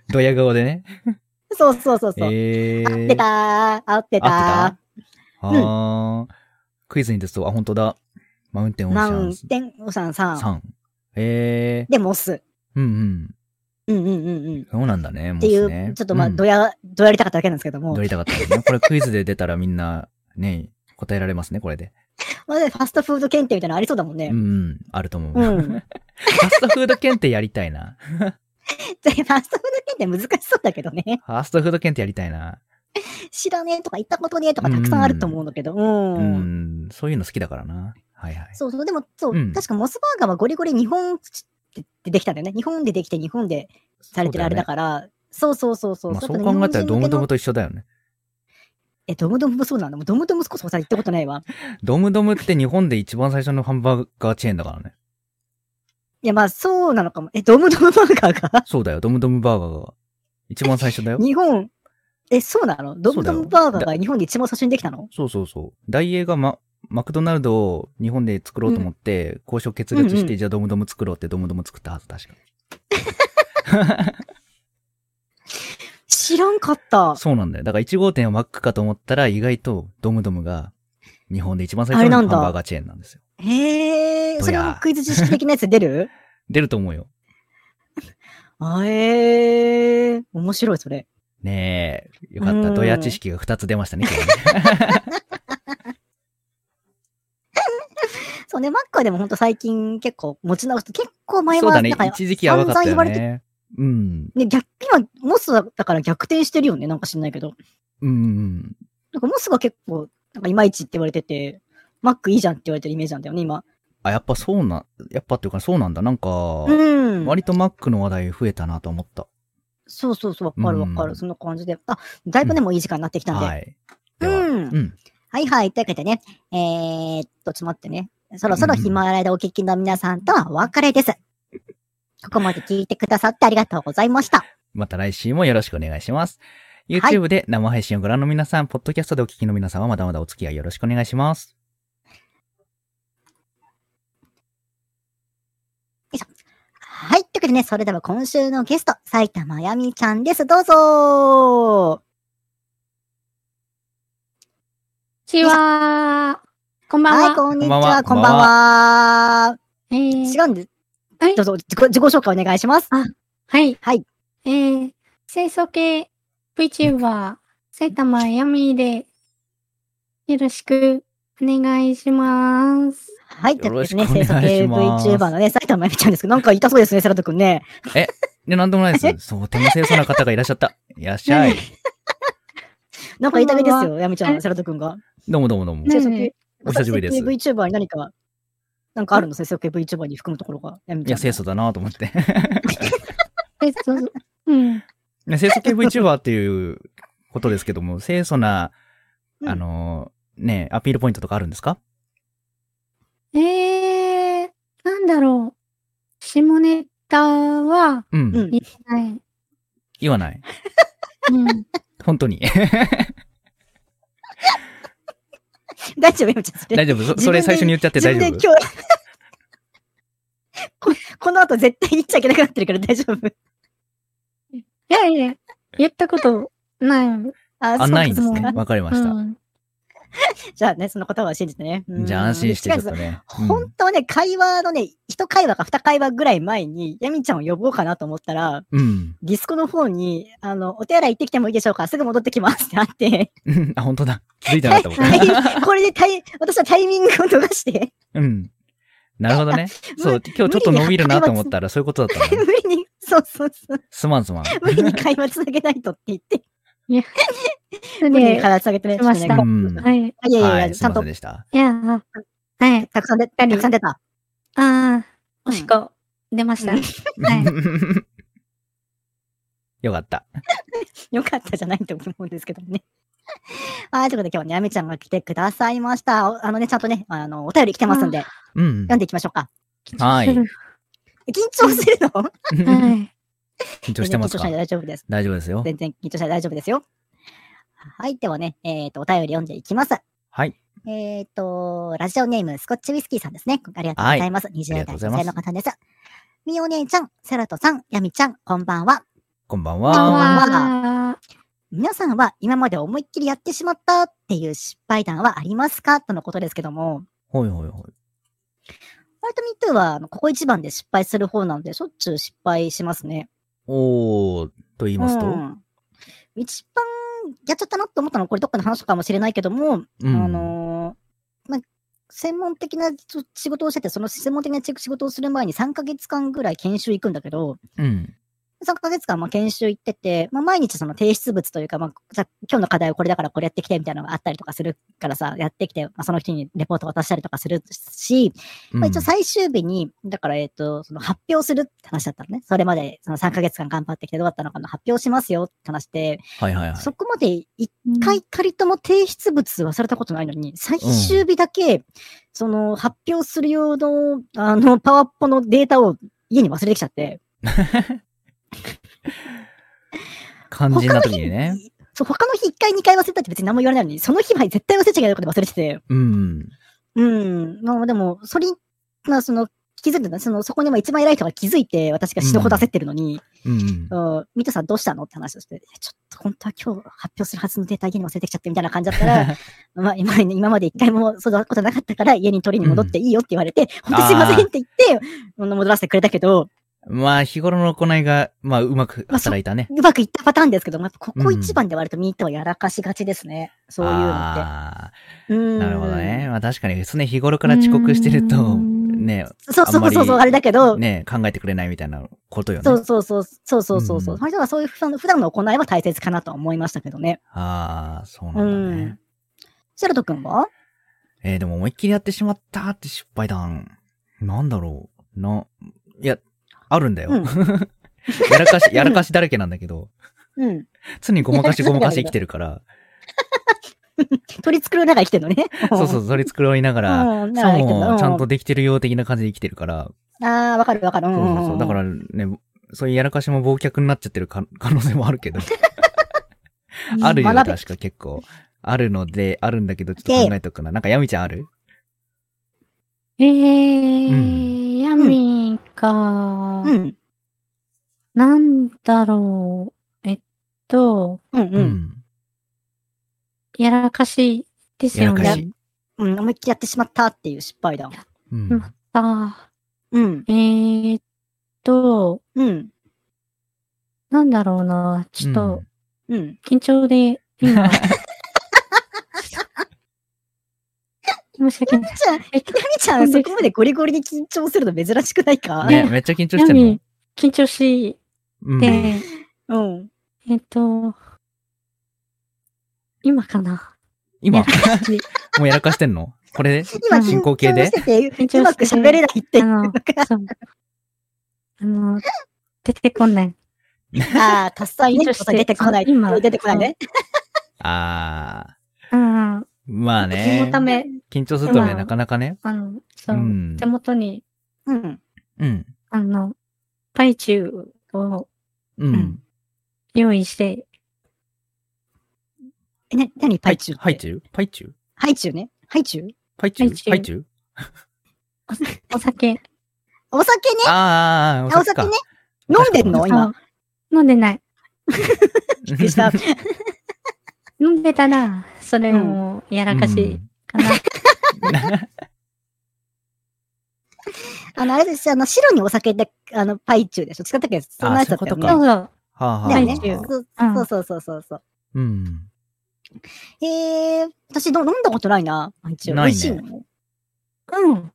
ドヤ顔でね。
そうそうそうそう。
えー。
合ってたー。合ってたー。
合ってあ
うん
ー、クイズに出すと、あ、本当だ。マウンテンオー
マ
シャ
ウ
ン
ン
ス
テン、オーシャンさん。
3。え
で、モス。
ー、うんうん。
うんうんうんうん。っ
そうなんだね、も
てい
ス
う、
ね。
ちょっとまあ、
うん
どや、どやりたかっただけなんですけども。
どやりたかったですね。これクイズで出たらみんな、ね、答えられますね、これで。
まあねファストフード検定みたいなのありそうだもんね
うん。うん、あると思う。
う
フ
ん。
ァストフード検定やりたいな。
でファストフード検定難しそうだけどね。
ファストフード検定やりたいな。
知らねえとか行ったことねえとかたくさんあると思うんだけど。うん。
うん、そういうの好きだからな。はいはい。
そうそう。でも、そう、
うん
確かモスバーガーはゴリゴリ日本でできたんだよね。日本でできて日本でされてるあれだから。そうそうそうそう。
まあ、
やっ
そ
ぱ
う
ね
考えたら
日本人向
ドム
け
ド
の
ムと一緒だよね。
え、ドムドムもそうなんだ。もうドムドムこそさ、行ったことないわ。
ドムドムって日本で一番最初のハンバーガーチェーンだからね。
いや、まあ、そうなのかも。え、ドムドムバーガー
*laughs*
が
そうだよ、ドムドムバーガーが。一番最初だよ。
日本、え、そうなのドムドムバーガーが日本で一番最初にできたの
そうそうそう。大英がマ、マクドナルドを日本で作ろうと思って、交渉決裂して、
うんうん
じゃあドムドム作ろうってドムドム作ったはず、確か。
知らんかった。
そうなんだよ。だから1号店はマックかと思ったら、意外とドムドムが日本で一番最初
あれな
のハ
ん
ン
だ
バーガーチェーンなんですよ。
へ
ど
え、
や
それもクイズ知識的なやつ出る
出ると思うよ。
あえー、面白い、それ。
ねえ。よかっ
う
た。
ん
ドヤ知識が2つ出ましたね、今日
*laughs*
ね
そうね、マックはでもほんと最近結構持ち直すと結構前
そう
は、
だね
なんか。
一時期やばかった
散
よ
々言わ
ね。うん。
ね、逆、今、モスだから逆転してるよね、なんか知んないけど。
うんうん。
なんかモスが結構、なんかいまいちって言われてて、マックいいじゃんって言われてるイメージなんだよね、今。
あ、やっぱそうな、やっぱっていうかそうなんだ。なんか、
うん。
割とマックの話題増えたなと思った。
そうそうそう、わかるわか
うん
る。そんな感じで。あ、だいぶね、もういい時間になってきたんで。
はい。では、
うん。
うん。
はいはい。というわけでね、えー、っと、ちょっと待ってね。そろそろヒマラヤでお聞きの皆さんとはお別れです。ここまで聞いてくださってありがとうございました。
また来週もよろしくお願いします。YouTube で生配信をご覧の皆さん、ポッドキャストでお聞きの皆さんはまだまだお付き合いよろしくお願いします。
はい。というわけでね、それでは今週のゲスト、埼玉やみちゃんです。どうぞ
こんにちは。こんばんは。
はい、こんにちは。
こ
こ
ん
ん
ば
ば
ん
んは。
えー
違うんです。
はい
どうぞ、自己自己紹介お願いします。
はい。
はい。
えー、清楚系 VTuber、埼玉やみで、よろしくお願いします。
はい。というわけでね、
よろ
制
しくお
作
願い
系
します
VTuber のね、埼玉やみちゃんですけど、なんか痛そうですね、セラト君ね。
で、なんでもな
*laughs*
いです。そう、とても清楚な方がいらっしゃった。いらっしゃい。
なんか痛みです
こんば
よ、やみちゃん、
え
セラト君が。
どうもどうもどうも。
ね
制作系
お久しぶりです
制作系 VTuber に何か、なんかあるの制作系 VTuber に含むところが、やみ
い
ちゃん
や、
の。
清楚だなと
*laughs*
思って。
えっと、うん。
ね清楚系 VTuber っていうことですけども、清楚な、
うん
あの、ね、アピールポイントとかあるんですか
えー、なんだろう。下ネタは、
う
う。
んん。
はい。
言わない。
うん。
本
*laughs*
当に。
大丈夫、やみちゃん、それ。
大丈夫そそ
自分
れ
で
最初に言っちゃって大丈夫
自分で今日こ、 *laughs* この後絶対言っちゃいけなくなってるから大丈夫。
いやいや、言ったこと
*laughs*
ない。う
あ
あ、ないんです
そう
ね
か。
わかりました。
ん。
じゃあね、その言葉は信じてね。うん
じゃあ安心してちょっとね。うん
本当はね、会話のね、一会話か二会話ぐらい前に、ヤミちゃんを呼ぼうかなと思ったら、
うん。
ディスコの方に、あの、お手洗い行ってきてもいいでしょうかすぐ戻ってきますってあって、 *laughs*
あ、本当だ。気づいてな
タ
かっ
イ
た僕。
これでタイ、私はタイミングを逃して、
うん。なるほどね。そう、今日ちょっと伸びるなと思ったらそういうことだったのね。
無理に、そうそうそう、
すまんすまん。
無理に会話つなげないとって言って、
それ
無理に
で
会、話つなげてね、
しまし
ちょ
た
っ
う
とね
ん。
はい。い
あいやいやい
は
や、
い、
ち
すい
ゃん
ません
と、
でした。
や、はい。
たくさん出た、たくさん出た。
ああ、おしっこ出ました。はい
*laughs* よかった。
よかったじゃないと思うんですけどね。 *laughs* はい、ということで今日はね、あみちゃんが来てくださいました。おあのね、ちゃんとね、あの、お便り来てますんで、
うん
読。んでいきましょうか。
はい。緊
緊張するの *laughs*
*laughs*
はい。
張してます
緊張し
か
ないで大丈夫です。
大丈夫ですよ。
全然緊張しないで大丈夫ですよ。はい、ではね、えっ、と、お便り読んでいきます。
はい。
えっ、と、ラジオネーム、スコッチウイスキーさんですね。ありがとうございます。
あり
20代
がとうご
女
ざ
性の
います
方です。みお姉ちゃん、セラトさん、やみちゃん、こんばんは。
こんばん
こんばん
は。
は。
皆さんは今まで思いっきりやってしまったっていう失敗談はありますかとのことですけども、
ほいほいほい。
割と MeToo は、あのここ一番で失敗する方なんで、しょっちゅう失敗しますね。
おー、と言いますと。
うん一番やっちゃったなと思ったのは、これどっかの話かもしれないけども、
うん
あのーまあ、専門的な仕仕事をしてて、その専門的な仕仕事をする前に3ヶ月間ぐらい研修行くんだけど、
うん。
3ヶ月間まあ研修行ってて、まあ、毎日その提出物というか、まあ、じゃあ今日の課題をこれだからこれやってきてみたいなのがあったりとかするからさ、やってきて、まあ、その人にレポート渡したりとかするし、まあ、一応最終日に、だからえっ、と、その発表するって話だったのね。それまでその3ヶ月間頑張ってきてどうだったのかの発表しますよって話で、
はいはいはい。 *laughs*
そこまで一回たりとも提出物はされたことないのに、最終日だけ、その発表する用の、あの、パワーポのデータを家に忘れてきちゃって、
肝心な時にね。
そう、他の日1回2回忘れたって別に何も言われないのに、その日まで絶対忘れちゃいけないことで忘れてて、
うん。
うん、まあでも、それ、まあその、気づいてた、その、そこにまあ一番偉い人が気づいて、私が死ぬほど焦ってるのに、
うん。
うん、ミトさんどうしたのって話をして、いやちょっと本当は今日発表するはずのデータ家に忘れてきちゃってみたいな感じだったら、まあ今、今まで一回もそんなことなかったから家に取りに戻っていいよって言われて、本当すいませんって言って、あの戻らせてくれたけど、
まあ、日頃の行いが、まあ、うまく働いたね。
うまくいったパターンですけど、まあ、ここ
うん
一番で割とミトはやらかしがちですね。そういうのって。
あ
うん
あ、なるほどね。。まあ、確かに、常日頃から遅刻してると、
うん
ね、
そうそうそうそう、
あんまり
あれだけど、
ね、考えてくれないみたいなことよね。
そうそうそう、そうそうそうそうう。
ん
その人はそういう普段普段の行いは大切かなとは思いましたけどね。
ああ、そうなんだね。
シェルト君は
えー、でも思いっきりやってしまったって失敗談。なんだろう。な、いや、あるんだよ。
うん
*laughs* やらかし、やらかしだらけなんだけど、
うん。
常にごまかしごまかし生きてるから、
取り繕いながら生きてるのね。
そうそう、それ繕いながら、
うん
さ
う
も
ん
ちゃんとできてるよう的な感じで生きてるから、
ああ、わかるわかる。
そ
ん
うんそうそう。だからね、そういうやらかしも忘却になっちゃってるか可能性もあるけど、あるよ、
学べ
確か結構。あるので、あるんだけど、ちょっと考えとくかな。なんか、やみちゃんある
えー、
うん
ヤミーか、
うん。
なんだろう。えっと、
うんうん。。
やらかしです
やら
よ
か
ね。
し。
うん、思いっきりやってしまったっていう失敗だ。
うん
やった
うん。
えー、っと、
うん。
なんだろうな。ちょっと、
うん。
緊張で、
*laughs*
今。申し訳ない。
じゃあ、
えっと
ひなみちゃん、そこまでゴリゴリに緊張するの珍しくないか、
うんね、めっちゃ緊張して
ヤ
ん
ミ
の
ー、緊張し
うん。
て、
うん。
えっと、今かな。
今、
やらかし
もうやらかしてんのこれ
今、
進行形
緊張
で
してて、うまく喋れないってい
あ
う
の
のが、
そう。あの、出てこない。
ああ、たっさんね、ちょっと出てこない。
緊張して
出てこないね。
あー。
うん。
まあ
その
ね
た。め、
緊張すると
ま
ね、
あ
なかなかね。
あの、そう、
うん
手元に、
うん。
うん。
あの、パイチューを
うん。
用意して、
え、な、なに、パイチュウって
ハイチュウパイチュウ
ハイチュウね。ハイチュウ
パイチュウ
ハイチュウ
ハイチュウ
お酒、
お酒ねあ
あーあー、あー
お酒ね
か。
飲んでんの今。
そう飲んでない。
びっくり
*laughs*
した。
飲んでたら、それもやらかしかな。
あの、あれですよ、あの、白にお酒で、あの、パイチュウでしょ。違ったっけそんなやつだったよ
あそういう
ね。
こ
そうそう。
はあはあ
だよ
パイチュ
ね
ウ。
そう
うん
そうそうそうそうそう。
うん。
へえ、私ど飲んだことないな。一応。
ない
美味
ね
しいの
うん。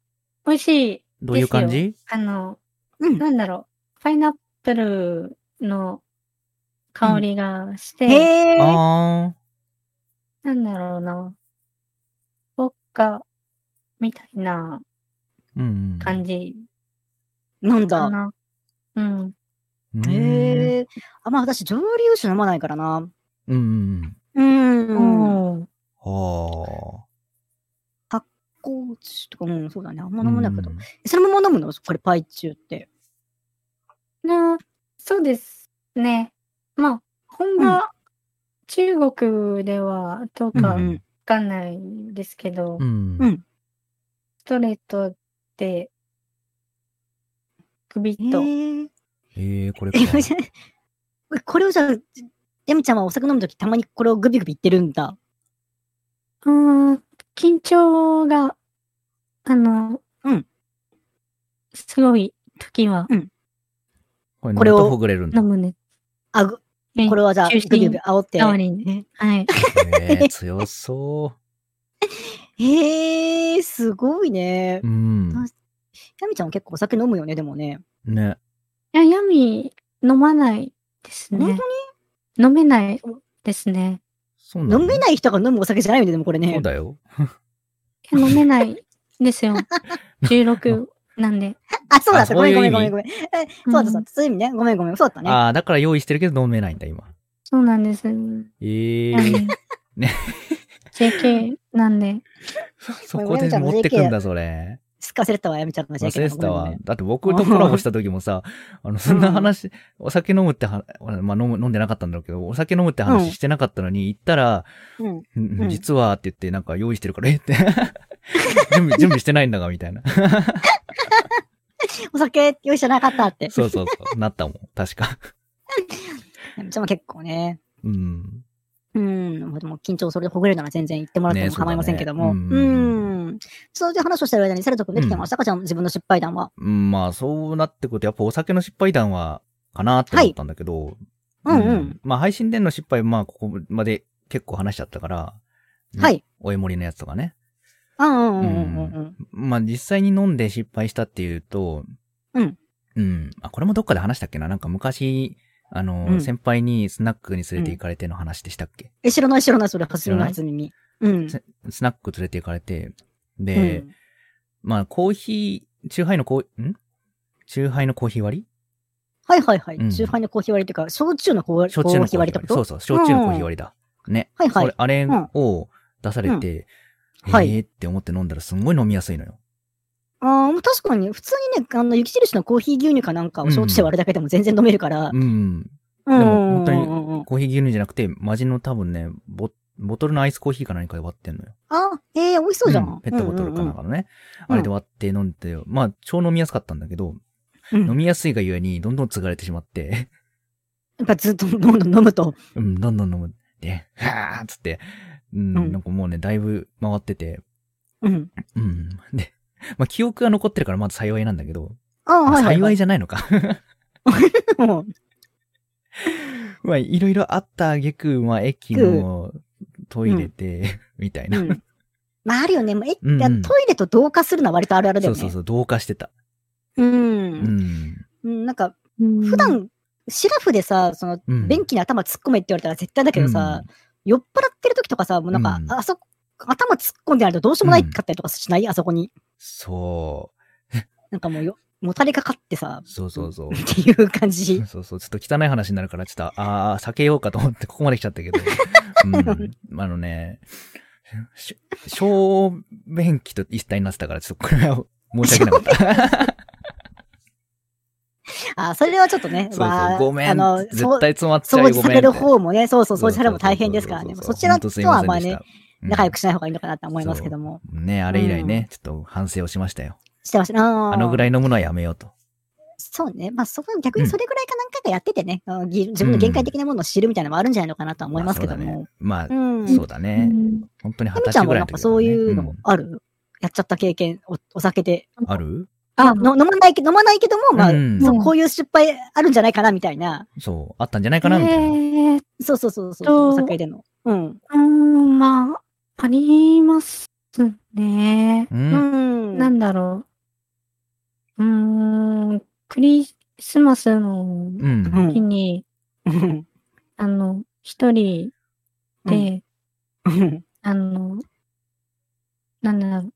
美味しい。
どういう感じ
あの、
うん。
なんだろう。パイナップルの香りがして、
へえ。
あ
なんだろうな。ウォッカみたいな
ー。うん。
感じ
なん
か
だ。
な。うん。
うん
へえ。あ、まあ私、蒸留酒飲まないからな。
うん。
うーん。
うん。
はあ。
こうちとか、うん、そうだね。あんま飲まないけど
う。ん
そのまま飲むのこれ、パイチューって。
な、そうですね。まあ、本場、中国ではどうか
う
わ
ん
かんないですけど、
うん。
うん。
ストレートで、首
へ
と、
え。
え *laughs* え、これ
*laughs*
か。
え、これをじゃあ、エミちゃんはお酒飲むとき、たまにこれをグビグビ言ってるんだ。
うーん、緊張が、あの、
うん
すごい時は
これ
これを
乗るとほぐれるんだ
飲。むね。
あ、ぐこれ
は
はじゃあ、グ
中
ビ
心
グビ煽って。
代わりに。はい。
ええ、強そ
へえ、すごいね
う。。うん。
ヤミちゃんは結構お酒飲むよね、でもね。
ね。
いや、ヤミ飲まないです
本
ね。飲めないですね。
そうな
当
の
に飲めない人が飲むお酒じゃないんで、でもこれね。
そうだよ。
いや飲めないで
*laughs*
すよ。16なんで。
あ、そうだった。
あ
ご
そう
め
い
ん
う
ごめ
意
んごめ
味
んごめん。えそうだそううんだ。そういう意味ね。ごめんごめん。そうだったね。
ああ、だから用意してるけど飲めないんだ、今。
そうなんです。
ええ
*laughs*
うん
ね
JK なんで。
そこで持ってくんだ、それ。
すっか忘れてたわ、やめちゃったの
忘れてたわ。だって
う
僕
ん
とコラボした時もさ、あの、そんな話、お酒飲むっては、まあ飲む、飲んでなかったんだろうけど、お酒飲むって
うん
話してなかったのに、行ったら、
うん。
うん
うん
実はって言って、なんか用意してるから、えって。 *laughs* 準備、準備してないんだが、みたいな。
お酒用意してなかったって。
そうそうそう。なったもん。確か。 *laughs*
じゃあ結構ね。
うん。
うん。もうでも緊張それでほぐれるなら全然言ってもらって
ね
も
そうだね
構いませんけども。う
う
んん。そういう話をしてる間にセルト君できてましたかちゃん、自分の失敗談は。
うんまあ、そうなってくると、やっぱお酒の失敗談は、かなって思ったんだけど、
うんうん。
まあ、配信での失敗、まあ、ここまで結構話しちゃったから、ね
はい。
おえもりのやつとかね。
うんうんうんうんうん。
まあ、実際に飲んで失敗したっていうと、
うん。
うん。あ、これもどっかで話したっけななんか昔、あの、
うん
先輩にスナックに連れて行かれての話でしたっけ、
え、知らない知らない、それ初
知ら
耳
ない
初耳。うん。
せスナック連れて行かれて、
う
で、
ん
まあ、コーヒー、チューハイのコー、んチューハイのコーヒー割り
はいはいはい。
うん
中杯のコーヒー割りっていうか、焼酎のコー
焼酎
コー
の
ヒー割りってこと
そうそう、焼酎のコーヒー割りだ。ね。
はいはい
それあれ
うん
を出されて、
うんはい
えーって思って飲んだらすんごい飲みやすいのよ。
ああ、確かに、普通にね、あの、雪印のコーヒー牛乳かなんかを焼酎で割るだけでも全然飲めるから。
う
う
ん。
ん。
でも本当に
うんうんうん
コーヒー牛乳じゃなくて、マジの多分ね、ボボトルのアイスコーヒーか何かで割ってんのよ。
あ、ええ美味しそうじゃ
ん
ん。
ペットボトルかなんかのね。
うん
あれで割って飲んで、まあ、超飲みやすかったんだけど、
うん
飲みやすいがゆえに、どんどん継がれてしまって、 *laughs*
やっぱずっとどんどん飲むと。
うん、どんどん飲む。で、はぁーっつって、うん、
うん
なんかもうね、だいぶ回ってて、
うん。
うん。で、まあ、記憶が残ってるからまだ幸いなんだけど、
ああ、はいはい、
幸い
じ
じゃないのか。
ゃ *laughs* ん。
まあ、いろいろあった挙句、まあ、駅のトイレで、 *laughs* みたいうな。
ん。まあ、あるよね。もうえ、
うんうん
いやトイレと同化するのは割とあるあるだ
そ
よ
う
ね。
そうそう、同化してた。
う。
うんん。
うん。なんか、
普
普段、シラフでさ、その、
うん
便器に頭突っ込めって言われたら絶対だけどさ、酔っ払ってる時とかさ、もうなんか
う、ん
あそこ、頭突っ込んであるとどうしようもないかったりとかしないあそこに。
そ
なんかもうよ、もたれかかってさ *laughs*
う、、そうそうそう。
っていう感
*laughs*
じ。
そうそう、ちょっと汚い話になるから、ちょっと、ああ、避けようかと思って、ここまで来ちゃった
*laughs*
けど。うん。あのね、し小便器と一体になってたから、ちょっとこれは申し訳な
*laughs*
かった。、
あ、それはちょっとね
そう
ま
そ
あ
う、ごめ
あ
ん。
の、
絶
そう
対詰まっちゃ
掃
うよ、
除
ご
さ
めん
れ
って。
る方もね、そうそう、掃除される方も大変ですからね。
そうそ
そ
うそう
ちら
本当
と
すい
は
せん
まあ
でし
ね
た、
仲良くしない方がいいのかなとは思いますけども。
うんね、あれ以来ね、ちょっと反省をしましたよ。
してました。あ
あのぐら
い。
いのものはやめようと。
そうね。まあ、そこ、逆にそれぐらいか何回かやっててね、あのぎ自分の限界的なものを知るみたいなのもあるんじゃないのかなとは思いますけども。
まあ
う、ん。
そうだね。本当に
ふ
二十
みちゃ
歳
ん
ぐ
も
らい
なん
の
か
時だね
そういうの
ん
あるやっちゃった経験、おお酒で。
ある
あ、
の飲まないけど、飲まないけども、まあ、
うん
そうこういう失敗あるんじゃないかなみたいな。
そう、あったんじゃないかなみたいな。
えーっ
そうそうそうそう、
そう
お酒での。うん。
と、まあ、ありますね。
う。
うんん。
なんだろう。うーん、クリスマスの
うん。
日に、
うん。
あの、一人で、
うん。
あの、なんだろう。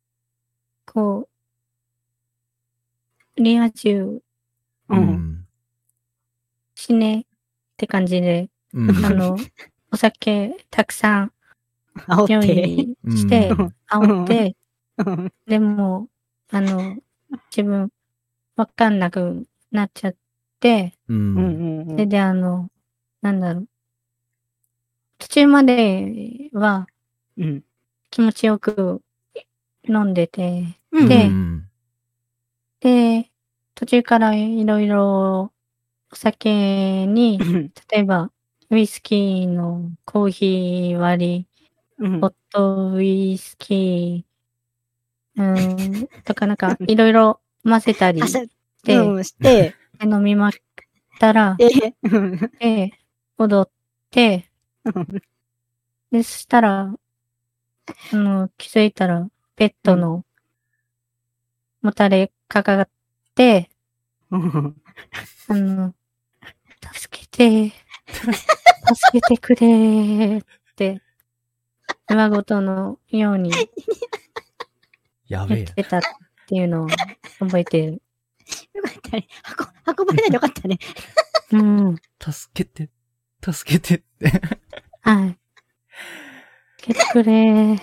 こう、リア充
う。
うんん。
しねって感じで、
うん
*laughs*
あの、お酒たくさん
煽
用
って。
意して
う、ん
煽って、
うん
でも、あの、自分、わかんなくなっちゃって、
う。
うんんうん
それで、あの、なんだろう。途中までは
うん。
気持ちよく飲んでて、
うん。
で
うん
で、途中からいろいろお酒に
う、ん
例えば、ウイスキーのコーヒー割
うん
り、ホットウイスキー、うーん、とかなん
*laughs*
かいろいろ混ぜたり
あ
し
してて、うん、して、
飲みまくったら、
で、うん
で、踊って、で、そしたら、あの、気づいたら、ベッドの、もたれかかって、
うん
あの、助けて、助けてくれって、今ごとのように
やべえ
言っ
な。
てたっていうのを覚えてる。
よかったね。運、運ばれないでよかったね。
うん。
助けて、助けてって。 *laughs*
はい。助けてくれ。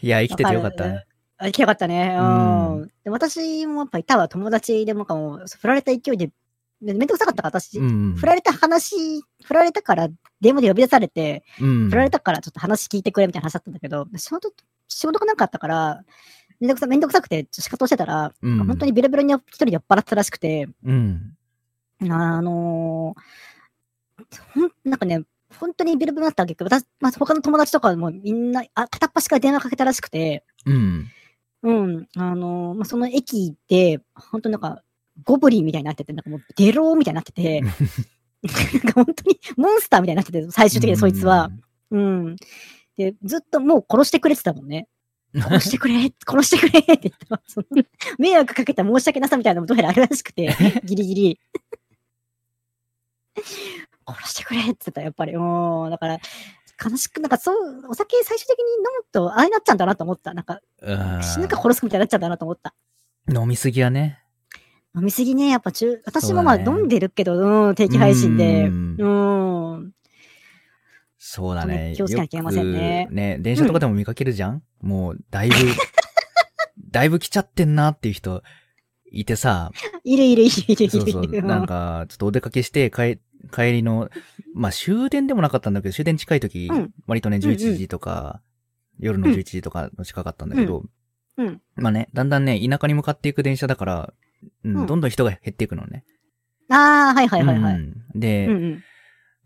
いや、生きててよかったね。
あ、行きたかったね。う。
うん
で私もやっぱいたわ、友達でもかも、振られた勢いで、めめんどくさかったから、私、
うん。
振られた話、振られたから、電話で呼び出されて、
うん
振られたからちょっと話聞いてくれみたいな話だったんだけど、仕事、仕事がなかったから、めんどくさ、めんどくさくて、仕方をしてたら、
うん
本当にベロベロに一人で酔っ払ってたらしくて、
うん。
あのーほん、なんかね、本当にビルブルになったわけ私、まあ、他の友達とかもみんな、あ、片っ端から電話かけたらしくて、
うん。
うん、あのーまあ、その駅で、本当なんか、ゴブリンみたいになってて、なんかもうデローみたいになって
*laughs*
て、なんか本当にモンスターみたいになってて、最終的にそいつは。うん。で、ずっともう殺してくれてたもんね。
うん。
殺してくれ
*laughs*
殺してくれって言ったらその *laughs* 迷惑かけた申し訳なさみたいなのもどうやらあるらしく
*laughs*
て、ギリギリ。殺してくれって言ってた、やっぱり。もう、だから、悲しく、なんかそう、お酒最終的に飲むと、ああなっちゃうんだなと思った。なんか、
うん
死ぬか殺すみたいになっちゃうんだなと思った。
飲みすぎはね。
飲みすぎね、やっぱ中、私もまあ
そうだ
飲
ね
んでるけど、うん、定期配信で。
う
うんん。
そうだね。
気をつけなきゃいけませんね
よくね、電車とかでも見かけるじゃん、もう、だいぶ、だいぶ来ちゃってんなっていう人、いてさ、
いるいるいるい *laughs* るいる。
そうそう、なんか、ちょっとお出かけして、帰、帰りの、まあ終電でもなかったんだけど、終電近い時、
うん
割とね、
うんうん
11時とか、夜の
うん
11時とかの近かったんだけど、
うんうん
まあね、だんだんね、田舎に向かっていく電車だから、うん
うん
どんどん人が減っていくのね。
ああ、はいはいはいはい。
うんで、
うんうん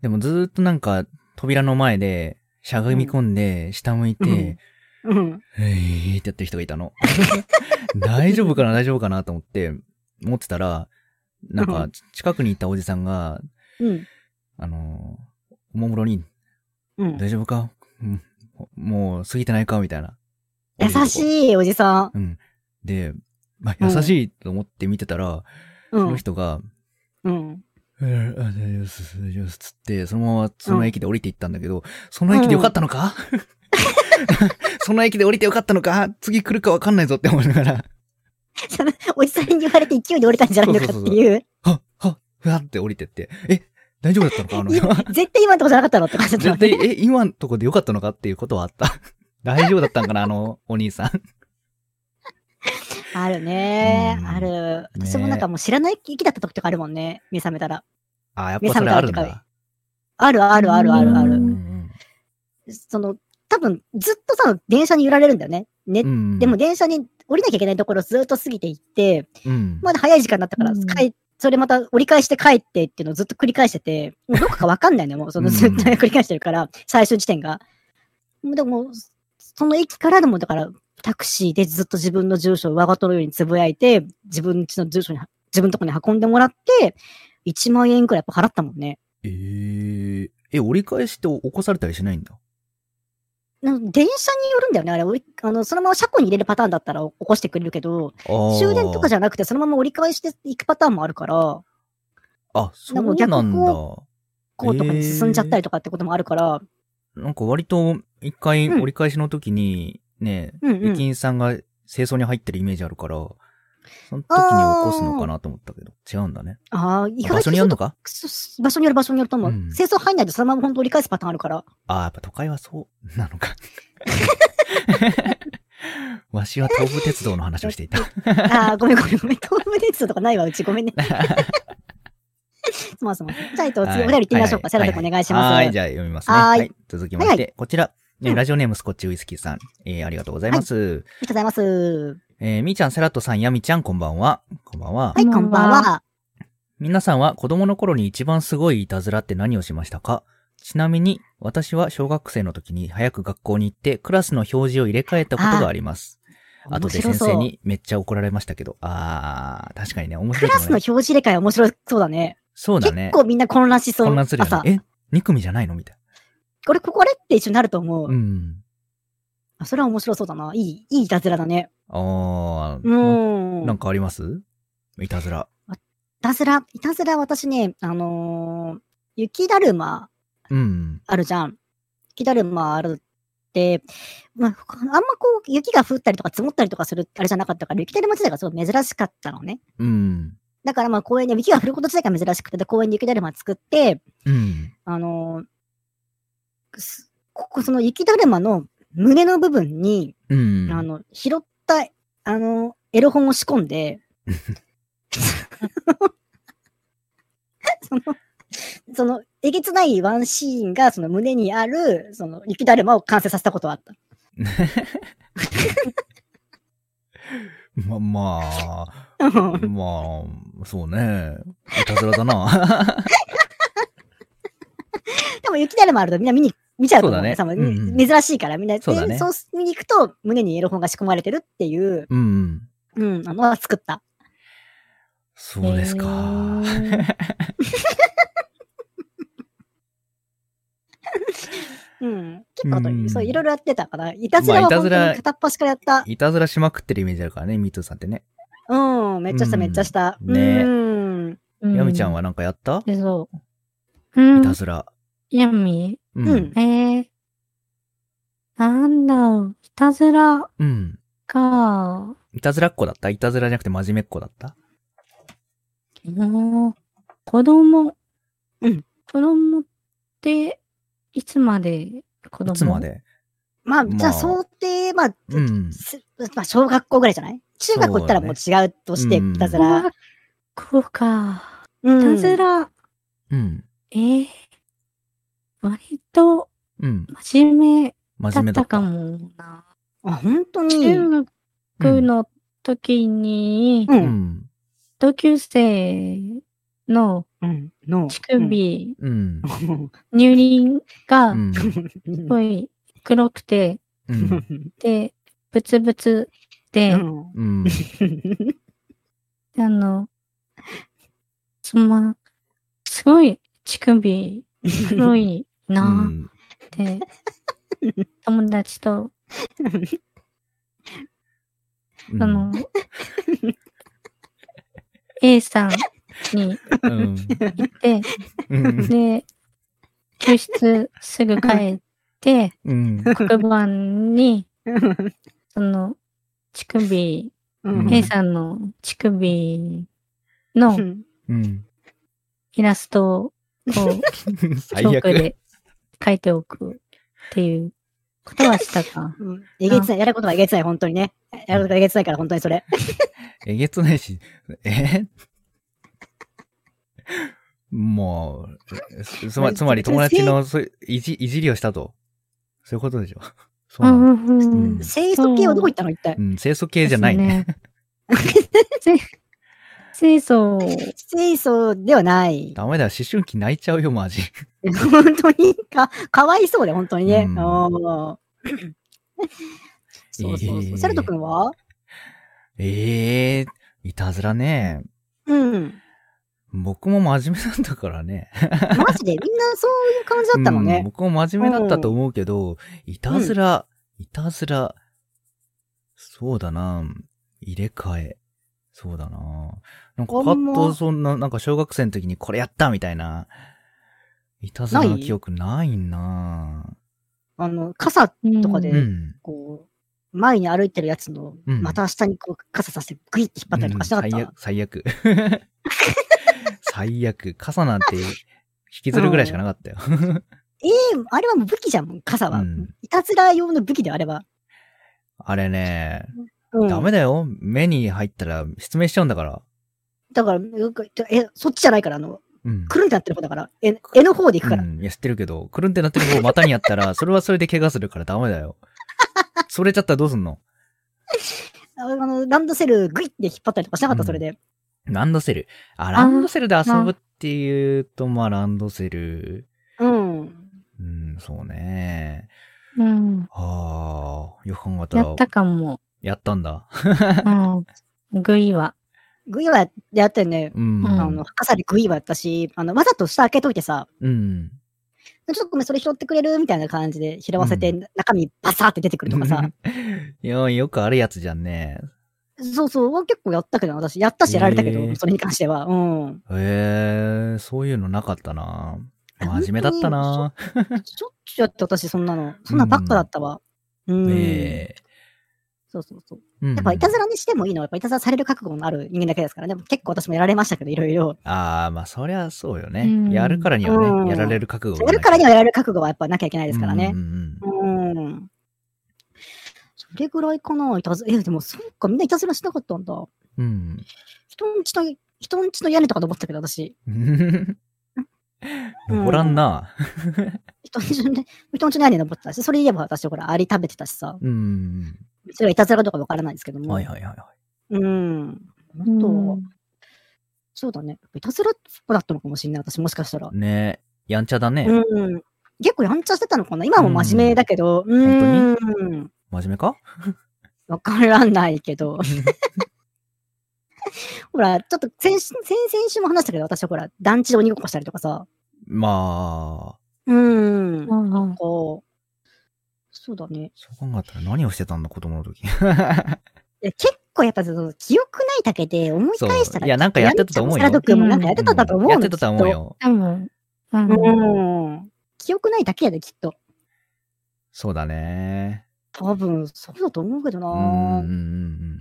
でもずーっとなんか、扉の前で、しゃがみ込んで、下向いて、
うんうん。
えーってやってる人がいたの。 *laughs* 大丈夫かな大丈夫かなと思って、思ってたら、なん
う
か、近くにいたおじさんが、
うん。
あのー、おもむろに、
うん。
大丈夫か、うん、もう過ぎてないかみたいな。
優
い。
しいおじさん。
うん。で、まあ、
うん
優しいと思って見てたら、
う
その
ん。
人が、
うん。
えーあ大丈夫です、大丈夫です、つって、そのままその駅で降りていったんだけど、その駅でよかったのか、 *laughs* その駅で降りてよかったのか次来るかわかんないぞって思いながら、
そのおじさんに言われて勢いで降りたんじゃないのかっていう。
はっ、はっ、ふわって降りてって、え、大丈夫だったのかあの
い
人は
絶対今のとこじゃなかったのって感じだ
*laughs* 絶
った
対、え、今のとこでよかったのかっていうことはあった。 *laughs* 大丈夫だったんかなあの、お兄さん。
あるね
うん。
ある。私もなんかもう知らない駅だった時とかあるもんね。目覚めたら。
あ、やっぱそれあるんだ。
あるあるあるあるあ
う
る
ん。
その、多分ずっとさ、電車に揺られるんだよね。ね
うんう。ん。
でも、電車に降りなきゃいけないところずっと過ぎていって、
うん。
まだ早い時間だったから、
うん
帰それまた折り返して帰ってっていうのをずっと繰り返してて、もうどこかわかんないのよ、もうそのずっ
うん
と繰り返してるから、最終地点が。でも、その駅からでも、だから、タクシーでずっと自分の住所を我がとのようにつぶやいて、自分家の住所に、自分のとこに運んでもらって、1万円くらいやっぱ払ったもんね。
えー、え、折り返しって起こされたりしないんだ。
なんか電車によるんだよね、あれ。折りあの、そのまま車庫に入れるパターンだったら起こしてくれるけど、終電とかじ
ゃ
ゃなくて、そのまま折り返していくパターンもあるから、
あ、そうなん
で
だ
も。こうとかに進んじゃったりとかってこともあるから、
なんか割と、一回
うん
折り返しの時に、ね、
うんうん
駅員さんが清掃に入ってるイメージあるから、その時に起こすのかなと思ったけど、違うんだね。
ああ、意
場
外
所
と
にあるのか
そ場所による場所によると思う。
うん
清掃入んないとそのまま本当折り返すパターンある
*laughs*
から。
ああ、やっぱ都会はそうな
*laughs*
のか。わしは東武鉄道の話をしていた。
ああ、ごめんごめんごめん。東武鉄道とかないわ、うち。ごめん
*laughs*
ね。すまんすまん。じゃあ、えっと、次お便り行ってみましょうか。セラト君お願いします。
はい、じゃあ読みますね。は
はい
い。続きまして、
はい
こちら、えー
うん
ラジオネームスコッチウイスキーさん、えーありがとうございます。
ありがとうございます。
えーみーちゃん、セラットさん、やみちゃん、こんばんは。こんばんは。
はい、こんばんは。
皆さんは子供の頃に一番すごいいたずらって何をしましたかちなみに、私は小学生の時に早く学校に行ってクラスの表示を入れ替えたことがあります。
あ
後で
面白
先
そう
生にめっちゃ怒られましたけど。あー、確かにね、面
ク
白いか
ラ
も
スの
ね。
表示入れ替え面白そうだね。
そうだね
結。構みんな混乱しそう。
混乱するよ
朝。
ね。え ?2 組じゃないのみたい
これ、ここあれって一緒になると思う。
な。うん。
あそれは面白そうだな。いい、いいいたずらだね。
あー、
うーん。
なんかありますいたずら。
たずら、いたずら私ね、あのー雪だるま
うん。
あるじゃん。雪だるまあるって、まあ、ふあんまこう、雪が降ったりとか積もったりとかする、あれじゃなかったから、雪だるま自体がすごい珍しかったのね。
うん。
だからまあ公園で雪が降ること自体が珍しくて、で公園で雪だるま作って、
うん。
あのーすここその雪だるまの胸の部分に、
うん。
あの、拾った、あの、エロ本を仕込ん
*laughs*
で、その、その、えげつないワンシーンが、その胸にある、その、雪だるまを完成させたことはあ
*laughs*
った。
ま、まあ、
うん
まあ、そうね。いたずらだな。 *laughs*
でも雪だるまあるとみんな見に、見ちゃうと思う
そうだね
多分
うんうん
珍しいからみんな、で
そうだね
そう見に行くと胸にエロ本が仕込まれてるっていう、
うん。
うん、あのは作った。
そうですか。
うん。結構あと、
うん
そう、いろいろやってたから、いたずらは
まあいた
本
ず
当
ら
に片っ端からやった。
いたずらしまくってるイメージあるからね、ミートさんってね。
うん、めっちゃした、
うん
めっちゃした。
ね
うん。
ヤミちゃんはなんかやった
でそう。
いうた
ん。
ずら。
ヤミ
うん
うん
えー、なんだろう。いたずら
うん。
か。
いたずらっ子だったいたずらじゃなくて真面目っ子だった
もう子供。
うん。
子供って、いつまで子供
いつまで
まあ、じ
ま
ゃ
あ
あ、想定、まあ、
うん。
すまあ、小学校ぐらいじゃない中学校行ったらもう違うとして、
そうだ
い
ね
たず
小
ら。
学校か。
う
い
ん
たず。ら、
うん。
えー、割と
うん。
真面目
真
だ
面
っ
目だ
た
った。
かもな。
あ、本当に。
中学の時に、
う。
うんん。
同級生の
うん。の。
乳首、
う
う
ん。
ん。
乳輪が
う
す
ん。
ごい黒くて、
うん。
で、ブツブツで、
うん。
あの、そのま、すごい乳首黒いなーって、友達と、
うん
あの、A さんに
うん。
行って、
うん
で、教室すぐ帰って、
うん。
黒板に、その、乳首、
うん
A さんの乳首の *laughs*
うん。
イラストを、こう、チョ
最
ーク
悪。
で描いておくっていうことはしたか。
うんえげつない。やることはえげつない、本当にね。やることはえげつないから、本当にそれ。
えげつないし、えもう、すつまつまり友達
*laughs*
のそういういじいじりをしたと。そういうことでしょ。 *laughs* そう
う
なの
んうんうん
うん
清楚系はどこ行ったの一体
う。ん、清楚系じゃないね。。
*laughs* ですね清楚、
清楚ではない。
ダメだよ、思春期泣いちゃうよ、マジ。
本当にか、かわいそうで、本当にね。
うん
おー *coughs* そうそう
え
そ
ー
う。セルト君は
ええいたずらね。
うん。
僕も真面目だったからね。
マ
*laughs*
ジで、みんなそういう感じだったの
うん
ね。
僕も真面目だったと思うけど、いたずら、いたずら、そうだな入れ替え。そうだななんかパ
あん
ッ
ま
とそんな、なんか小学生の時にこれやったみたいな。いたずらの記憶ないな
あの、傘とか
う
で、
うん。
こう、前に歩いてるやつの、
うん
また下にこう、傘させて、グイって引っ張ったりとかしなかった、
うん最悪、 *laughs* 最悪。最悪。傘なんて、引きずるぐらいしかなかったよ。
ええあれはもう武器じゃん、傘は。
うん
いたずら用の武器であれば。
あれね、
うん、
ダメだよ。目に入ったら失明しちゃうんだから。
だから、なんかえ、そっちじゃないから、あの、
うん。
くるんってなってる方だから、え、絵の方で行くから。
うん、いや、知ってるけど、くるんってなってる方股にやったら、それ *laughs* はそれで怪我するからダメだよ。それちゃったらどうすんの
ああの、ランドセルグイって引っ張ったりとかしなかった、
うん
それで。
ランドセル。あ、ランドセルで遊ぶっていうと、まあ、ランドセル。
うん。
うん、そうね。
うん。
ああ、よく考えた
や
ら
っ、た
*laughs*
かも。
やったんだ。
うん。グイは。
グイはやったよね。
うん。
あの、傘でグイはやったし、あの、わざと下開けといてさ、
うん。
ちょっとごめん、それ拾ってくれるみたいな感じで拾わせて、
う *laughs*
中身バサーって出てくるとかさ。
いや、よくあるやつじゃんね。
そうそう、結構やったけどな、私。やったしやられたけど、
へー
それに関しては。
*laughs*
うん。
えー、そういうのなかったな真面目だったな
しょっちゅうやって私、そんなの。そんなばっかだったわ。うん。
え
そうそうそう。
ーうん
やっぱいたずらにしてもいいのは、やっぱいたずらされる覚悟のある人間だけですからね。結構私もやられましたけど、いろいろ。
ああ、まあそりゃそうよね。
うん
やるからにはね、
うん
やられる覚悟
やるからには
は
やられる覚悟はやっぱなきゃいけないですからね
うん。うん
うん。それぐらいかな、いたずら。え、でもそうか、みんないたずらしなかったんだ。
うん
人んちの、人んちの屋根とか登ってたけど、私。 *laughs*
うん。登らんな。
人んちの、人んちの屋根登ってたし、それ言えば私、ほら、アリ食べてたしさ。
うん。
それはいたずらかどうかわからないですけども。
はいはいはいはい。
うん。
うん
とそうだね。いたずらっ子だったのかもしれない、私もしかしたら。
ねやんちゃだね。
うん。結構やんちゃしてたのかな今はもう真面目だけど。う
本
ん。
真面目か *laughs*
わからないけど。ほら、ちょっと先週、先々週も話したけど、私はほら、団地で鬼ごっこしたりとかさ。
まあ、
うん。なんか、
うんうん
そうだね。
そう考えたら何をしてたんだ、子供の時。
いや結構やっぱその、記憶ないだけで思い返した
そう
ら。
いやなんかやってたと思うよ
やんちゃもサラド君もなんかやってたんだと思うの
やってたと思う。よ。
多分。う
き
ん
っ。とうん。記憶ないだけやで、きっと。
そうだね。
多分、そうだと思うけど
う
な。
んうんうんうん。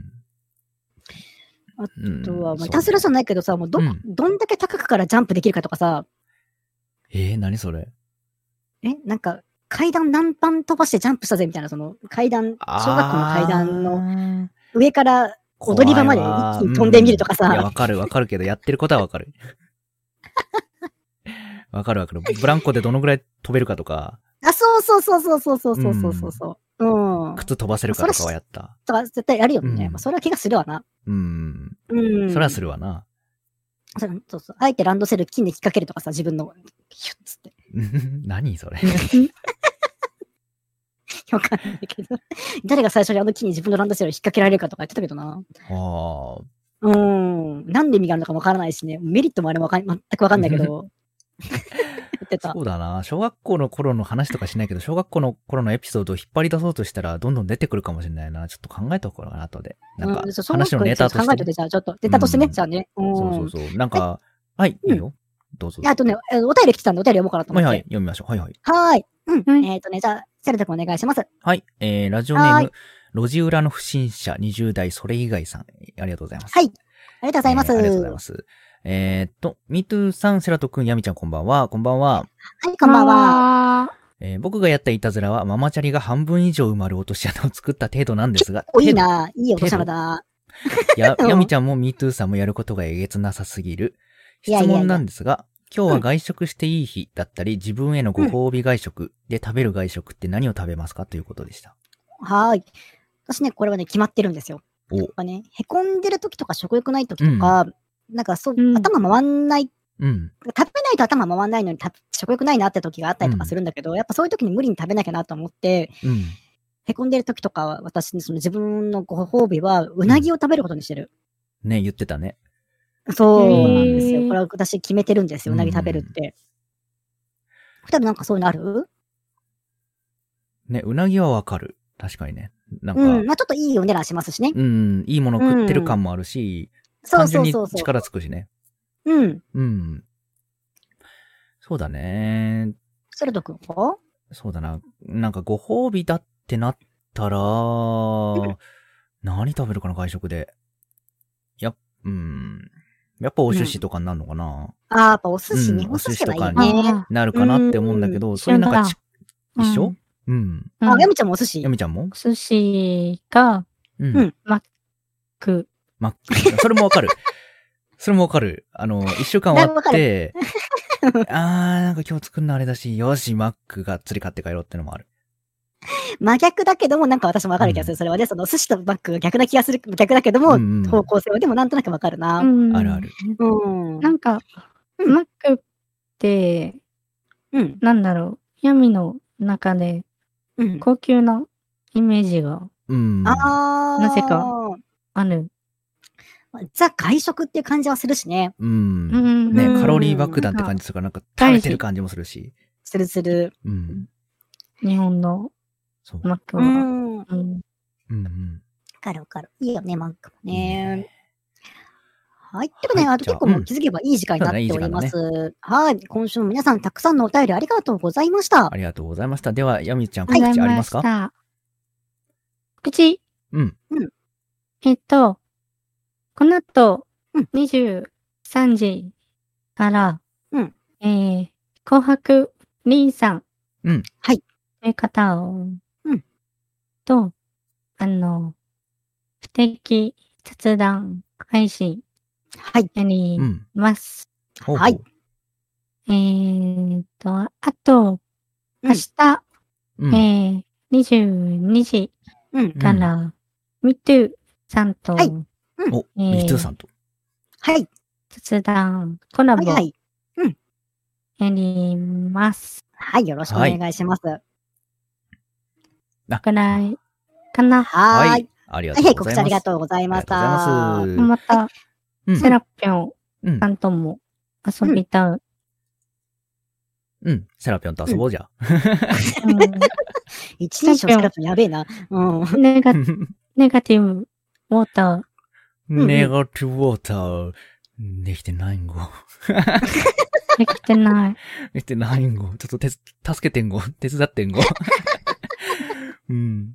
あ
あ
とは、まあいたずらじゃないけどさ、もうど、
うん
どんだけ高くからジャンプできるかとかさ、
えー、何それ
え、なんか、階段何番飛ばしてジャンプしたぜみたいな、その、階段、小学校の階段の
の
上から踊り場まで一気に飛んでみるとか
いや、
さ、
わかるわかるけど、やってることはわ
*laughs*
かる。わかるわかる。ブランコでどのぐらい飛べるかとか、
あ、そうそうそうそうそうそうそうそうそうそう、うん。
靴飛ばせるかとかはやった。
とか絶対やるよね。
うん
まあそれは気がするわな。
うん。
うん。
それはするわな。 *laughs*
そうそうそう。あえてランドセル金で引っ掛けるとかさ、自分の、ヒュッつって。 *laughs*
何それ。
わかんないけど。 *laughs* 誰が最初にあの木に自分のランドセルを引っ掛けられるかとか言ってたけどな。
あ
うん。なんで意味があるのかもわからないしね。メリットもあれもわかん全くわかんないけど。言って
あ、
た
そ。うだな。小学校の頃の話とかしないけど、小学校の頃のエピソードを引っ張り出そうとしたら、どんどん出てくるかもしれないな。ちょっと考えとこうかな、後で。なんか
う、そう
話のネタと
そう考え
して
おい
ね。
て、じゃあちょっと。ネタとしてね、
うん
じゃあね。うん。
そうそうそう。なんか、はい、いいよ。どうぞ。
あとね、えお便り来てたんで、お便り読もうかなと思
は
って。
いはい、読みましょう。はいはい。
はーい。うん。
はい
えっ、とね、じゃあ、セルト君お願いします。
はい。えー、ラジオネー
はーい
ム、路地裏の不審者20代それ以外さん。ありがとうございます。
はいありがとうございます。
えーありがとうございます。えーっと、ミトゥーさん、セラトくん、ヤミちゃんこんばんは。こんばんは。
はい、こんばんは。
は。
えー僕がやったいたずらは、ママチャリが半分以上埋まる落とし穴を作った程度なんですが。
お、いいな。いいお年玉だ。
や、
うん
やみちゃんもミートゥーさんもやることがえげつなさすぎる。
いやい
質
やいや
問なんですが、今日は外食していい日だったり、自分へのご褒美外食で食べる外食って何を食べますかということでした。
はーい。私ね、これはね、決まってるんですよ。
お、
やっぱね、へこんでる時とか、食欲ない時とか、なんかそう、
うん
頭回んない
うん。
食べないと頭回んないのに食べ食欲ないなって時があったりとかするんだけど、やっぱそういう時に無理に食べなきゃなと思って、
うん。
へこんでる時とかは、私、その自分のご褒美は、うなぎを食べることにしてる。
ね、言ってたね。
そうなんですよ。
へー
これは私決めてるんですよ。うなぎ食べるって。二人なんかそういうのある
ね、うなぎはわかる。確かにね。なんか、
うん。まあちょっといいお値段しますしね。
うん、いいもの食ってる感もあるし、
そう
単
そ
純
う
に
そうそう。
力つくしね。
うん。
うん。そうだね。
セルト君は
そうだな。なんかご褒美だってなったら、何食べるかな、外食で。やっ、うん。やっぱお寿司とかになるのかな、
ああ、やっぱお寿司ね。
うん
お寿司はいい
お寿司とか
ね。
あ
なるかなって思うんだけど、そういうなんかち、
うん
一緒うん。
ー
あ、
うん
やみちゃんもお寿司
や。みちゃんも
寿司か、
う
うん
く、
マック。 *laughs* それもわかる。それもわかる。あの、一週間終わって、 *laughs* あー、なんか今日作るのあれだし、よし、マックがっつり買って帰ろうってのもある。
真逆だけども、なんか私もわかる気がす
う
る。それはね、その寿司とバッグが逆な気がする。逆だけど
う
も
んうん、
方向性はでもなんとなくわかるな。うん。
うん
あるある。
うん。
なんか、マックって、
うん。
なんだろう、闇の中で
うん。
高級なイメージが
うん。
あー
なぜか。ある。
ザ外食っていう感じはするしね。
うん。
うん
ね
う、ん
カロリー爆弾って感じするから、なんか食べてる感じもするし。
するする。
うん。
日本の
そう。
マック
う
は。
ん。
うん。
うんうん。
かるわかる。いいよね、マンクも
いい
ね。。はい。ということでね、
はい
あと
じゃあ
結構もう気づけばいい時間になっております。はい。今週も皆さんたくさんのお便りありがとうございました。
ありがとうございました。では、ヤミちゃん、
あ
告
りがとう
知あ
ござ
り
い
ま
ますした
か
告知
うん。
えっと、この後
うん、
23時から、
うん
えー、紅白リンさん、
うん
はい。
という方を、
うん
と、あの、不適雑談配信
はい。
やり
うん。
ます。
ほうほう
はい。
えー、と、あと、
うん
明日、
うん。
えー、22時
うん。
から、ミトゥさんと、
はい
お、
えー
ミトゥーさんと。
はい。
雑談コラ
はい。
ボ
は
や
い。
ります。
はい。よろしくお願いします。は
ぐらいかな。
ーい。はい。。
ありがとう
はい。
ご
告
ざいます。
知ありがとうございました。
ありがとうございます。
また、
うん
セラピョン
うん
さ。んとも遊びたい。うん
うん。セラピョンと遊ぼうじゃ。
一人称セラピンやべえな。うん。
ネガネガティブウォータ
ん
ネガティブウォーター、できてないんご。
ーできてない。
できてないんご。ちょっと手つ、助けてんご。手伝ってん *laughs* ご。うん。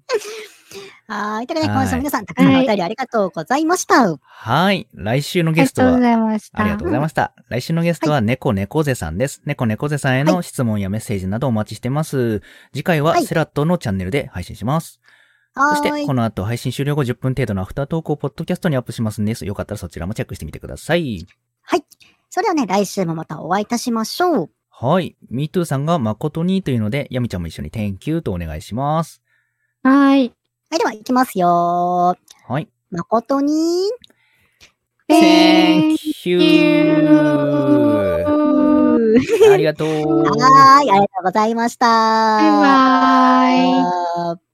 はい。ということで、
はい
今週も皆さんたくさんのお便りありがとうございました。
はい。来週の
あり
ゲ
が
スト
とうご
は、
ざいました。
ありがとうございました。来週のゲストは猫猫背さんです。猫猫背さんへの質問やメッセージなどお待ちしてます。次回は
はい
セラットのチャンネルで配信します。そし
は
て
ーい。、
この後配信終了後10分程度のアフタートークをポッドキャストにアップしますんです。よかったらそちらもチェックしてみてください。
はい。それではね、来週もまたお会いいたしましょう。
はい。me too さんが誠にというので、ヤミちゃんも一緒に thank you とお願いします。
はい。
はい。では、いきますよ。
はい。
誠に、
Thank
you! *laughs* ありがとう。
はーい、ありがとうございました。
バイバイ。
イ。